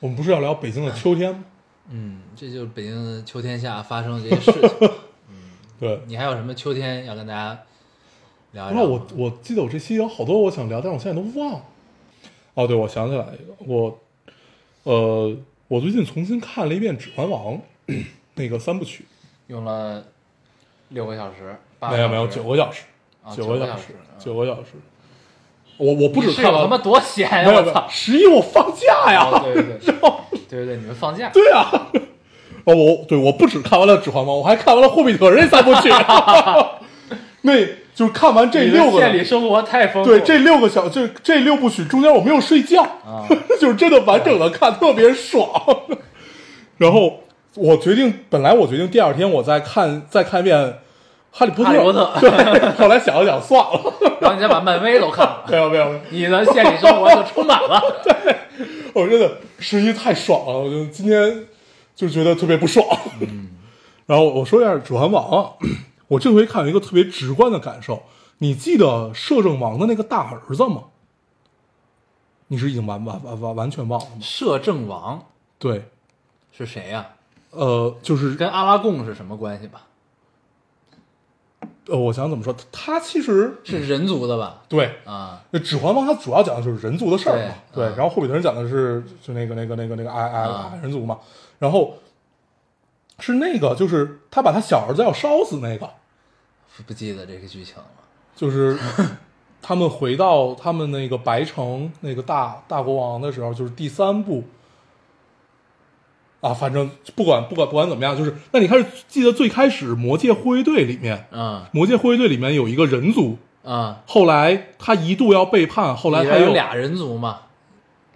D: 我们不是要聊北京的秋天吗？
C: 嗯，这就是北京的秋天下发生的这些事情。
D: [LAUGHS]
C: [LAUGHS]
D: 对，
C: 你还有什么秋天要跟大家聊一
D: 那
C: 聊吗？
D: 我我记得我这期有好多我想聊，但是我现在都忘了。哦，对，我想起来一个，我呃，我最近重新看了一遍《指环王》 [CLEARS THROAT] 那个三部曲，
C: 用了六个小时，八个
D: 没有没有
C: 小时
D: 九个小时，
C: 啊
D: 九
C: 个
D: 小
C: 小
D: 时，
C: 嗯
D: 九个小时。我我不止
C: 你是
D: 看
C: 有
D: 完
C: 他妈多闲哎呀、
D: 没有
C: 我
D: 没有
C: 操！
D: 十一我放假呀，
C: 哦对对对
D: 然后
C: 对对对，你们放假，
D: [LAUGHS] 对啊，哦我对我不止看完了《指环王》，我还看完了《霍比特人》三部曲，
C: [LAUGHS]
D: 那就是看完这
C: 你们
D: 六个
C: 县里生活太丰富了。
D: 对这六个小这这六部曲中间我没有睡觉，
C: 啊，
D: [LAUGHS] 就是真的完整的看，特别爽。然后我决定，本来我决定第二天我再看再看一遍《哈利波特》，
C: 哈利波特
D: 对，后来想了想，算了， [LAUGHS]
C: 然后你再把漫威都看了，
D: 没有没有没有，
C: 你的县里生活就充满了。
D: 我真的十一太爽了，我就今天就觉得特别不爽。嗯， [LAUGHS] 然后我说一下《指环王》啊，我这回看有一个特别直观的感受，你记得摄政王的那个大儿子吗？你是已经完完完完完全忘了吗？
C: 摄政王
D: 对，
C: 是谁呀、
D: 呃，就是
C: 跟阿拉贡是什么关系吧？
D: 呃，我想怎么说，他其实
C: 是人族的吧？
D: 对
C: 啊，
D: 那《指环王》它主要讲的就是人族的事儿嘛，
C: 对
D: 对。
C: 嗯
D: 然后《霍比特人》讲的是就那个那个那个那个矮矮
C: 啊
D: 矮人族嘛，然后是那个就是他把他小儿子要烧死那个，
C: 不不记得这个剧情了。
D: 就是
C: [LAUGHS]
D: 他们回到他们那个白城那个大大国王的时候，就是第三部啊，反正不管不管不管怎么样，就是那你开始记得最开始《魔界护卫队》里面，《
C: 嗯
D: 魔界护卫队》里面有一个人族，
C: 嗯，
D: 后来他一度要背叛，后来
C: 里
D: 他
C: 边
D: 又
C: 有俩人族嘛？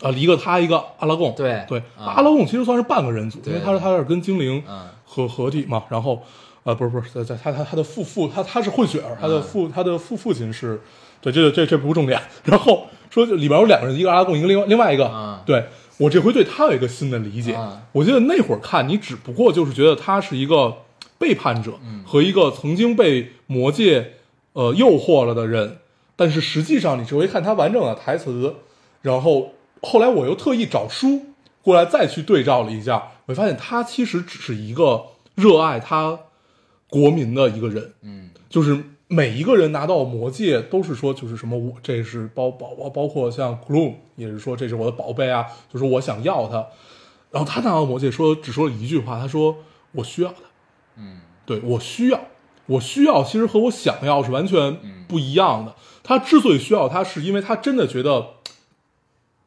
D: 啊，一个他，一个阿拉贡。
C: 对
D: 对，
C: 啊
D: 阿拉贡其实算是半个人族，因
C: 对
D: 为他是他是跟精灵
C: 嗯
D: 合合体嘛。然后，呃，不是不是，在在他他他的父父他他是混血儿，他的
C: 嗯
D: 父他的父父亲是，对，这这这不是重点。然后说里边有两个人，一个阿拉贡，一个另外另外一个
C: 嗯。
D: 对我这回对他有一个新的理解
C: 嗯。
D: 我记得那会儿看你，只不过就是觉得他是一个背叛者
C: 嗯
D: 和一个曾经被魔界呃诱惑了的人，但是实际上你只会看他完整的台词，然后后来我又特意找书过来再去对照了一下，我发现他其实只是一个热爱他国民的一个人，
C: 嗯
D: 就是每一个人拿到魔戒都是说就是什么我这是包包包包括像 Gloom 也是说这是我的宝贝啊，就是我想要它，然后他拿到魔戒说只说了一句话，他说我需要它，
C: 嗯
D: 对我需要。我需要其实和我想要是完全
C: 嗯
D: 不一样的。他之所以需要它，是因为他真的觉得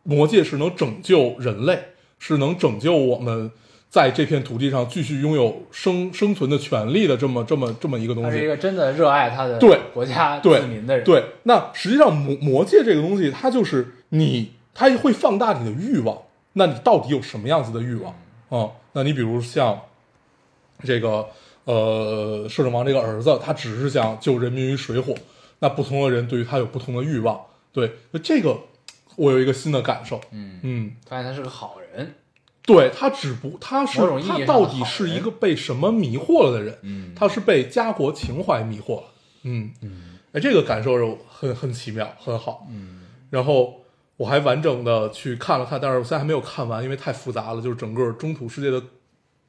D: 魔界是能拯救人类，是能拯救我们在这片土地上继续拥有生生存的权利的这么这么这么一个东西。
C: 他是一个真的热爱他的
D: 对
C: 国家
D: 对
C: 子民的人，
D: 对，那实际上魔魔界这个东西，它就是你，它会放大你的欲望。那你到底有什么样子的欲望啊、那你比如像这个呃，摄政王这个儿子，他只是想救人民于水火。那不同的人对于他有不同的欲望。对，那这个我有一个新的感受。
C: 嗯，
D: 嗯，
C: 发现他是个好人，
D: 对他只不他是
C: 某种意义上的
D: 他到底
C: 好
D: 是一
C: 人
D: 个被什么迷惑了的人？
E: 嗯
D: 他是被家国情怀迷惑了。嗯嗯，哎，这个感受是很很奇妙，很好。
E: 嗯，
D: 然后我还完整的去看了看，但是我现在还没有看完，因为太复杂了。就是整个中土世界的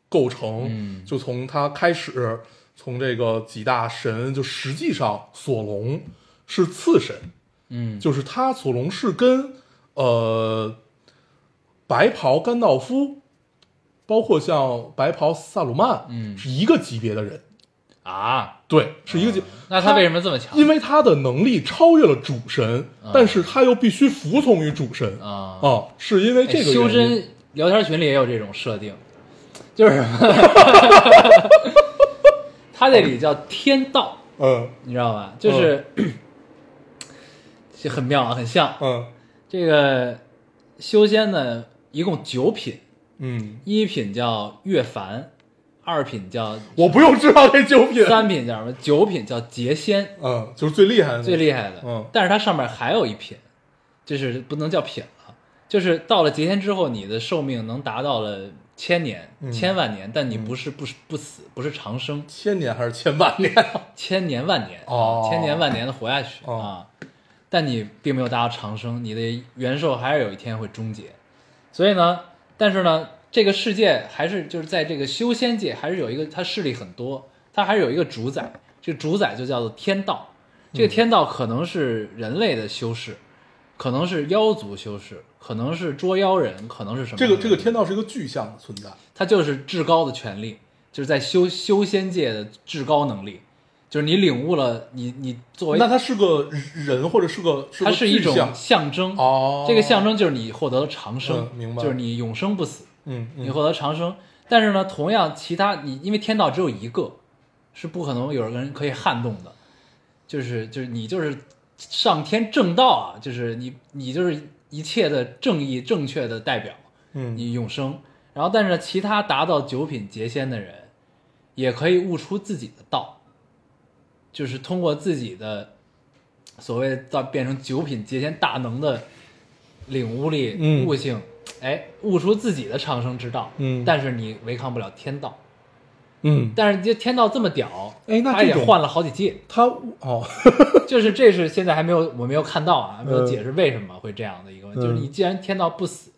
D: 构成，
E: 嗯
D: 就从它开始，从这个几大神，就实际上索隆是次神，
E: 嗯
D: 就是他索隆是跟呃白袍甘道夫，包括像白袍萨鲁曼，
E: 嗯
D: 是一个级别的人，
E: 啊，
D: 对，是一个级。
C: 那他为什么这么强？
D: 因为他的能力超越了主神，但是他又必须服从于主神
C: 啊哎
D: 啊，是因为这个
C: 修
D: 原因。
C: 真聊天群里也有这种设
D: [LAUGHS]
C: 定，就是什么，他这里叫天道，
D: 嗯
C: 你知道吧？就是、
D: 哦
C: [CLEARS THROAT] 就很妙啊，很像
D: 嗯
C: 这个修仙呢，一共九品，
D: 嗯，
C: 一品叫月凡，二品叫
D: 我不用知道这九品，
C: 三品叫什么？九品叫劫仙，
D: 嗯，就是最厉害的，
C: 最厉害的。
D: 嗯
C: 但是它上面还有一品，就是不能叫品了，就是到了劫仙之后，你的寿命能达到了千年、
D: 嗯
C: 千万年，但你不是不是不死，不是长生，
D: 千年还是千万年？
C: 千年万年，
D: 哦
C: [LAUGHS] 千年万年的活下去、
D: 哦
C: 啊。但你并没有达到长生，你的元寿还是有一天会终结。所以呢，但是呢，这个世界还是就是在这个修仙界，还是有一个它势力很多，它还是有一个主宰，这个主宰就叫做天道。
D: 嗯
C: 这个天道可能是人类的修士，可能是妖族修士，可能是捉妖人，可能是什么？
D: 这个这个天，道是一个具象的存在，
C: 它就是至高的权力，就是在修修仙界的至高能力，就是你领悟了你你作为
D: 那他是个人或者是个是
C: 它
D: 个
C: 是一
D: 具
C: 种
D: 象
C: 象征
D: 哦，
C: 这个象征就是你获得了长生，
D: 嗯明白
C: 就是你永生不死，
D: 嗯，嗯
C: 你获得长生。但是呢，同样其他你因为天道只有一个，是不可能有人可以撼动的，就是就是你就是上天正道啊，就是你你就是一切的正义正确的代表，
D: 嗯
C: 你永生。然后但是呢其他达到九品劫仙的人，也可以悟出自己的道，就是通过自己的所谓到变成九品劫仙大能的领悟力、
D: 嗯
C: 悟性，哎，悟出自己的长生之道。
D: 嗯
C: 但是你违抗不了天道。
D: 嗯，
C: 但是这天道这么屌，
D: 哎那
C: 他也
D: 这种
C: 换了好几
D: [LAUGHS]
C: 届，
D: 他哦，
C: 就是这是现在还没有我没有看到啊，还没有
D: 嗯
C: 解释为什么会这样的一个问题。
D: 嗯
C: 就是你既然天道不死，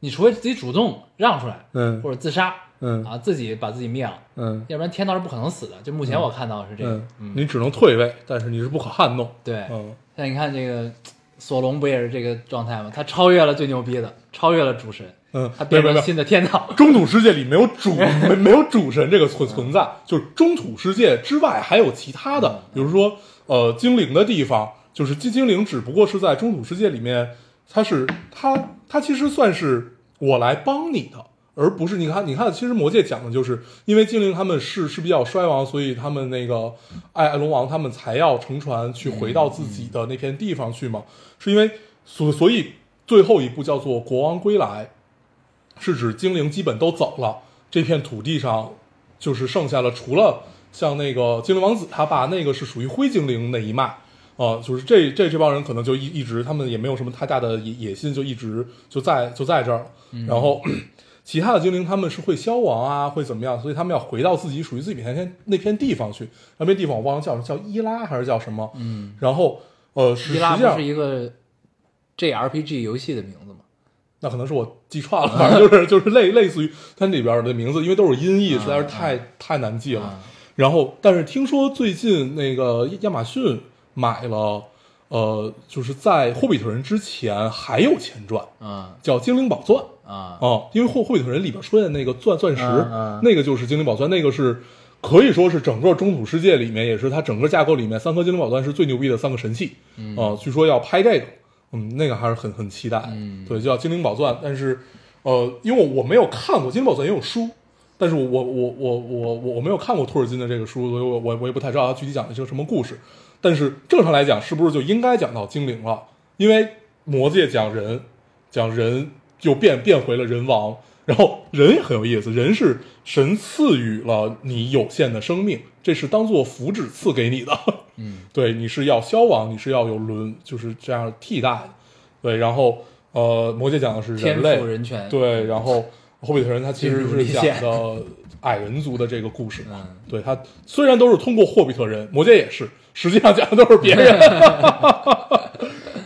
C: 你除非自己主动让出来，
D: 嗯
C: 或者自杀，
D: 嗯
C: 啊，自己把自己灭了，
D: 嗯
C: 要不然天道是不可能死的。就目前我看到的是这个，
D: 嗯，你只能退位，但是你是不可撼动。
C: 对，
D: 嗯
C: 但你看这个索隆不也是这个状态吗？他超越了最牛逼的，超越了主神，
D: 嗯，
C: 他
D: 没
C: 变
D: 有
C: 成
D: 没有没
C: 了
D: 有，
C: 新的天道。
D: 中土世界里没有主没没有主神这个存存在，就是中土世界之外还有其他的，比如说呃精灵的地方，就是金精灵只不过是在中土世界里面，它是它它其实算是我来帮你的。而不是你看，你看，其实魔界讲的就是，因为精灵他们是是比较衰亡，所以他们那个爱爱龙王他们才要乘船去回到自己的那片地方去嘛，是因为所所以最后一步叫做国王归来，是指精灵基本都走了，这片土地上就是剩下了除了像那个精灵王子他爸那个是属于灰精灵那一脉，呃，就是这这这帮人可能就一一直他们也没有什么太大的野野心，就一直就在就在这儿了。
C: 嗯
D: 然后 [CLEARS THROAT] 其他的精灵他们是会消亡啊，会怎么样，所以他们要回到自己属于自己那片那片地方去。那片地方我忘了叫什么，叫伊拉还是叫什么？嗯，然后呃，
C: 伊
D: 实实
C: 拉不
D: 际上
C: 是一个 JRPG 游戏的名字吗？
D: 那可能是我记串了，反正就是就是类类似于它里边的名字，因为都是音译，实在是太太难记了。然后，但是听说最近那个亚马逊买了，呃，就是在《霍比特人》之前还有前传，
C: 啊
D: 叫《精灵宝钻》
C: 啊
D: 哦啊，因为《霍霍比特人》里边出现那个钻钻石
C: 嗯嗯，
D: 那个就是《精灵宝钻》，那个是可以说是整个中土世界里面，也是它整个架构里面三颗精灵宝钻是最牛逼的三个神器。嗯啊、据说要拍这个，嗯，那个还是很很期待。嗯，对，叫精灵宝钻，但是呃，因为我我没有看过精灵宝钻也有书，但是我我我我我我没有看过托尔金的这个书，所以我我我也不太知道它具体讲的是个什么故事。但是正常来讲，是不是就应该讲到精灵了？因为魔界讲人，讲人又变变回了人王，然后人也很有意思，人是神赐予了你有限的生命，这是当做福祉赐给你的。嗯， [LAUGHS] 对，你是要消亡，你是要有轮，就是这样替代的。对，然后呃，魔界讲的是
F: 天
D: 人类，
F: 赋人权，，
D: 对，然后《霍比特人》它其实
F: 进入
D: 是
F: 历
D: 讲
F: 险
D: 的矮人族的这个故事嘛。
F: 嗯
D: 对，它虽然都是通过霍比特人，魔戒也是，实际上讲的都是别人。 [LAUGHS]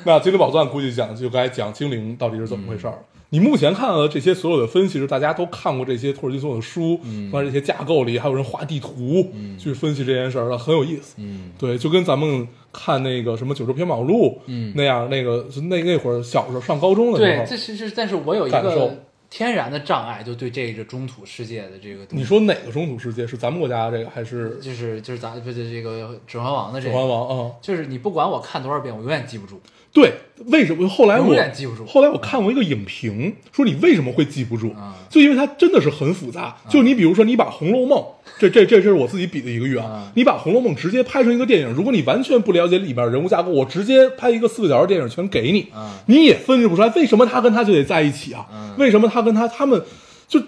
D: 那《精灵宝钻》估计讲就该讲精灵到底是怎么回事儿了。
F: 嗯
D: 你目前看到的这些所有的分析，是大家都看过这些托尔金所有的书，
F: 嗯
D: 关于这些架构里，还有人画地图、去分析这件事儿，很有意思。
F: 嗯，
D: 对，就跟咱们看那个什么《九州缥缈录》
F: 嗯
D: 那样，那个就那那会儿小时候上高中的时候
F: 对，，这是是，但是我有一
D: 哦感受
F: 个天然的障碍，就对这个中土世界的这个东西，
D: 你说哪个中土世界是咱们国家这个还是《
F: 就是就是咱不是这个《指环王》的这
D: 指
F: 个，
D: 环王》啊？
F: 就是你不管我看多少遍，我永远记不住。
D: 对，为什么后来我
F: 永远记不住
D: 后来我看过一个影评，说你为什么会记不住？
F: 啊
D: 就因为它真的是很复杂。就你比如说，你把《红楼梦》这这这这是我自己比的一个喻
F: 啊
D: 你把《红楼梦》直接拍成一个电影，如果你完全不了解里面人物架构，我直接拍一个四个小时电影全给你，
F: 啊
D: 你也分析不出来为什么他跟他就得在一起啊？
F: 嗯
D: 为什么他跟他他们就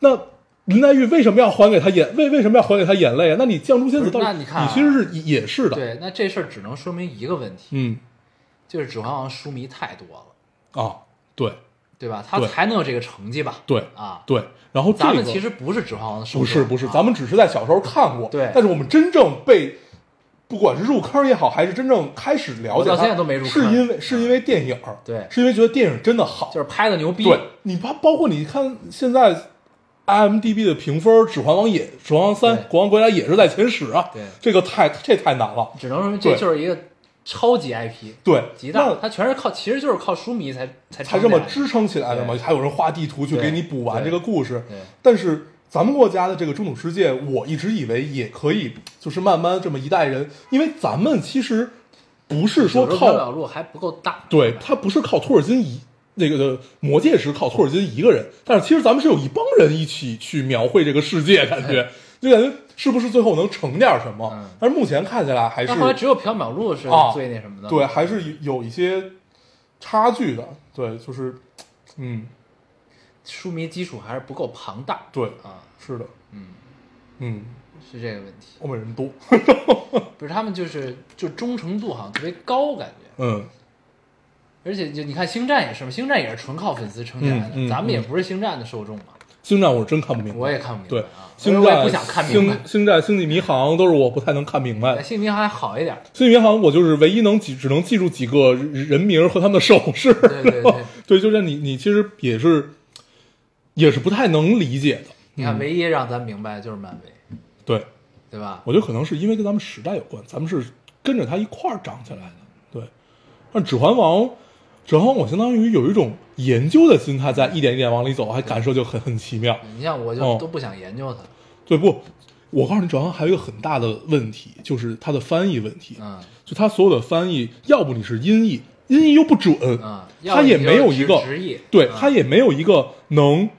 D: 那？林黛玉为什么要还给他眼为为什么要还给他眼泪啊？那你绛珠仙子到
F: 不
D: 底，
F: 是那你看啊
D: 其实是也是的，
F: 对，那这事儿只能说明一个问题，
D: 嗯
F: 就是《指环王》书迷太多了，
D: 啊，对
F: 对吧？他
D: 对
F: 才能有这个成绩吧？
D: 对
F: 啊，
D: 对，然后这
F: 咱
D: 个
F: 们其实不是《指环王》的受
D: 不是
F: 众
D: 不是，
F: 啊
D: 咱们只是在小时候看过，
F: 对
D: 但是我们真正被，不管是入坑也好，还是真正开始了
F: 我
D: 解它，
F: 到现在都没入坑啊
D: 是因为是因为电影，
F: 对
D: 是因为觉得电影真的好，
F: 就是拍的牛逼，
D: 对你包包括你看现在 IMDB 的评分，《指环王》也《指环王三
F: 对》
D: 《国王国家》也是在前十啊，
F: 对
D: 这个太这太难了，
F: 只能说明这
D: 对
F: 就是一个超级 IP，
D: 对，
F: 极大，
D: 那
F: 它全是靠，其实就是靠书迷才才
D: 才
F: 才
D: 这么支撑起来的嘛，
F: 对
D: 还有人画地图去
F: 对
D: 给你补完这个故事
F: 对对。
D: 但是咱们国家的这个中土世界，我一直以为也可以，就是慢慢这么一代人，因为咱们其实不是说
F: 缥缈
D: 靠，
F: 录还不够大，
D: 对，他不是靠托尔金一那个的魔戒是靠托尔金一个人，但是其实咱们是有一帮人一起去描绘这个世界，感觉就感觉是不是最后能成点什么
F: 哎嗯？
D: 但是目前看起来还是
F: 那后来只有缥缈录是
D: 啊
F: 最那什么的，
D: 对，还是有一些差距的，对，就是嗯。
F: 书迷基础还是不够庞大
D: 对，
F: 啊，
D: 是的，嗯嗯，
F: 是这个问题。
D: 欧美人多，
F: 不是他们就是就忠诚度好像特别高，感觉。
D: 嗯，
F: 而且就你看《星战》也是嘛，《星战》也是纯靠粉丝撑起来的，
D: 嗯嗯
F: 咱们也不是《星战》的受众嘛，
D: 星战我是真看不明白，
F: 我也看不明白
D: 对
F: 啊，，
D: 星
F: 我也
D: 战
F: 不想看明白
D: 星。星战、星际迷航都是我不太能看明白
F: 哎
D: 的。
F: 星民还好一点，
D: 星际迷航我就是唯一能记，只能记住几个人人名和他们的手势。
F: 对对对，
D: [LAUGHS] 对，就是你你其实也是也是不太能理解的。
F: 你看唯一让咱明白的就是漫威，
D: 对，
F: 对吧？
D: 我觉得可能是因为跟咱们时代有关，咱们是跟着他一块儿长起来的。对，但《指环王》，《指环王》我相当于有一种研究的心态，在一点一点往里走，还感受就很很奇妙。
F: 你像我
D: 哦
F: 就都不想研究它，
D: 对不？我告诉你，《指环王》还有一个很大的问题，就是它的翻译问题。
F: 嗯
D: 就它所有的翻译，要不你是音译，音译又不准，
F: 嗯，
D: 它也没有一个
F: 直译，
D: 对，
F: 嗯
D: 它也没有一个能，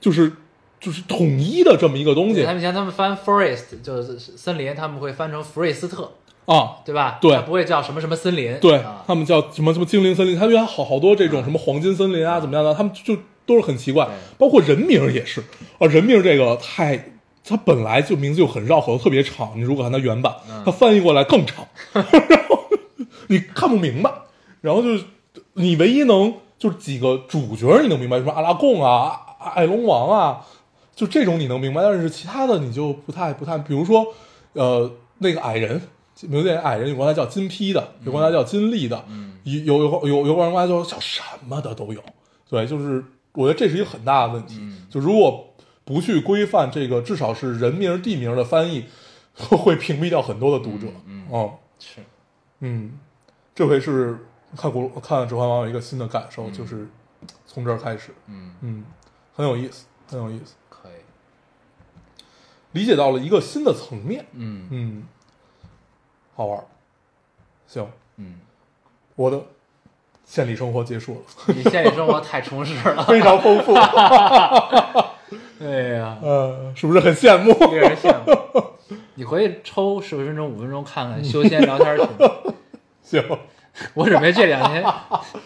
D: 就是就是统一的这么一个东西
F: 对他们以前他们翻 forest 就是森林，他们会翻成福瑞斯特，
D: 啊。
F: 对吧？
D: 对
F: 它不会叫什么什么森林，
D: 对
F: 啊嗯
D: 他们叫什么什么精灵森林，他原来好好多这种什么黄金森林啊，怎么样的，他们就就都是很奇怪
F: 对，
D: 包括人名也是啊，人名这个太。它本来就名字就很绕口，特别长。你如果看它原版，
F: 嗯
D: 它翻译过来更
F: [LAUGHS]
D: 长，然后你看不明白。然后就是你唯一能就是几个主角你能明白，什么阿拉贡啊、啊艾龙王啊，就这种你能明白，但是其他的你就不太不太，比如说，呃，那个矮人，比如那个矮人有管他叫金披的，有管他叫金立的，有有有有有管他叫叫什么的都有，对，就是我觉得这是一个很大的问题，就如果不去规范这个，至少是人名地名的翻译， [LAUGHS] 会屏蔽掉很多的读者，嗯，哦、
F: 是
D: 嗯，这回是看古看《指环王》有一个新的感受，就是从这儿开始，
F: 嗯
D: 嗯，很有意思，很有意思。
F: 可以。
D: 理解到了一个新的层面，
F: 嗯
D: 嗯，好玩儿。行，
F: 嗯，
D: 我的县里生活结束了， [LAUGHS]
F: 你现实生活太充实了，
D: 非常丰
F: [LAUGHS]
D: 富，
F: 哎呀，
D: 呃，是不是很羡慕？ [LAUGHS]
F: 令人羡慕。你回去抽十分钟、五分钟看看修仙聊
D: [LAUGHS]
F: 天群。
D: 行，
F: 我准备这两
D: [LAUGHS]
F: 天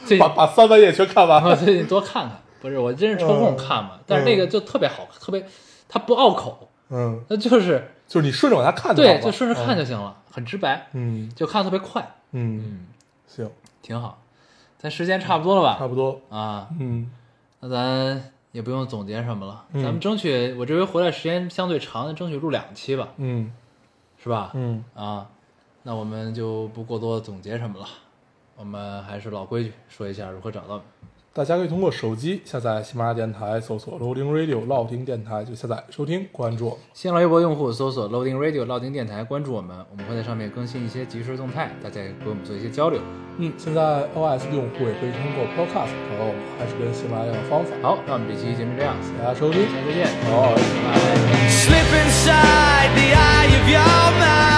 F: 最
D: 把把三半夜全看完，
F: [LAUGHS] 我最近多看看，不是我真是抽
D: 嗯
F: 空看嘛，但是那个就特别好，特别它不拗口，
D: 嗯，
F: 那就是
D: 就是你顺着往下看好嗯
F: 对，
D: 了
F: 就顺着看就行了，很直白，
D: 嗯
F: 就看得特别快，
D: 嗯，
F: 嗯，
D: 行，
F: 挺好。咱时间差不多了
D: 差
F: 吧？
D: 不多，
F: 啊，
D: 嗯，
F: 那咱也不用总结什么了，
D: 嗯
F: 咱们争取我这回回来时间相对长，争取录两期吧，
D: 嗯
F: 是吧？
D: 嗯，
F: 啊，那我们就不过多总结什么了，我们还是老规矩，说一下如何找到我们。
D: 大家可以通过手机下载喜马拉雅电台，搜索 Loading Radio 老听电台就下载收听，关注我们。
F: 新浪微博用户搜索 Loading Radio 老丁电台，关注我们，我们会在上面更新一些即时动态，大家也给我们做一些交流。
D: 嗯，现在 OS 用户也可以通过 Podcast 找到我们，还是跟喜马拉雅的方法。
F: 好，那我们这期节目这样，
D: 大家收听，
F: 大家再见，
D: 好。
F: 拜拜。
G: slip inside the eye of your mind.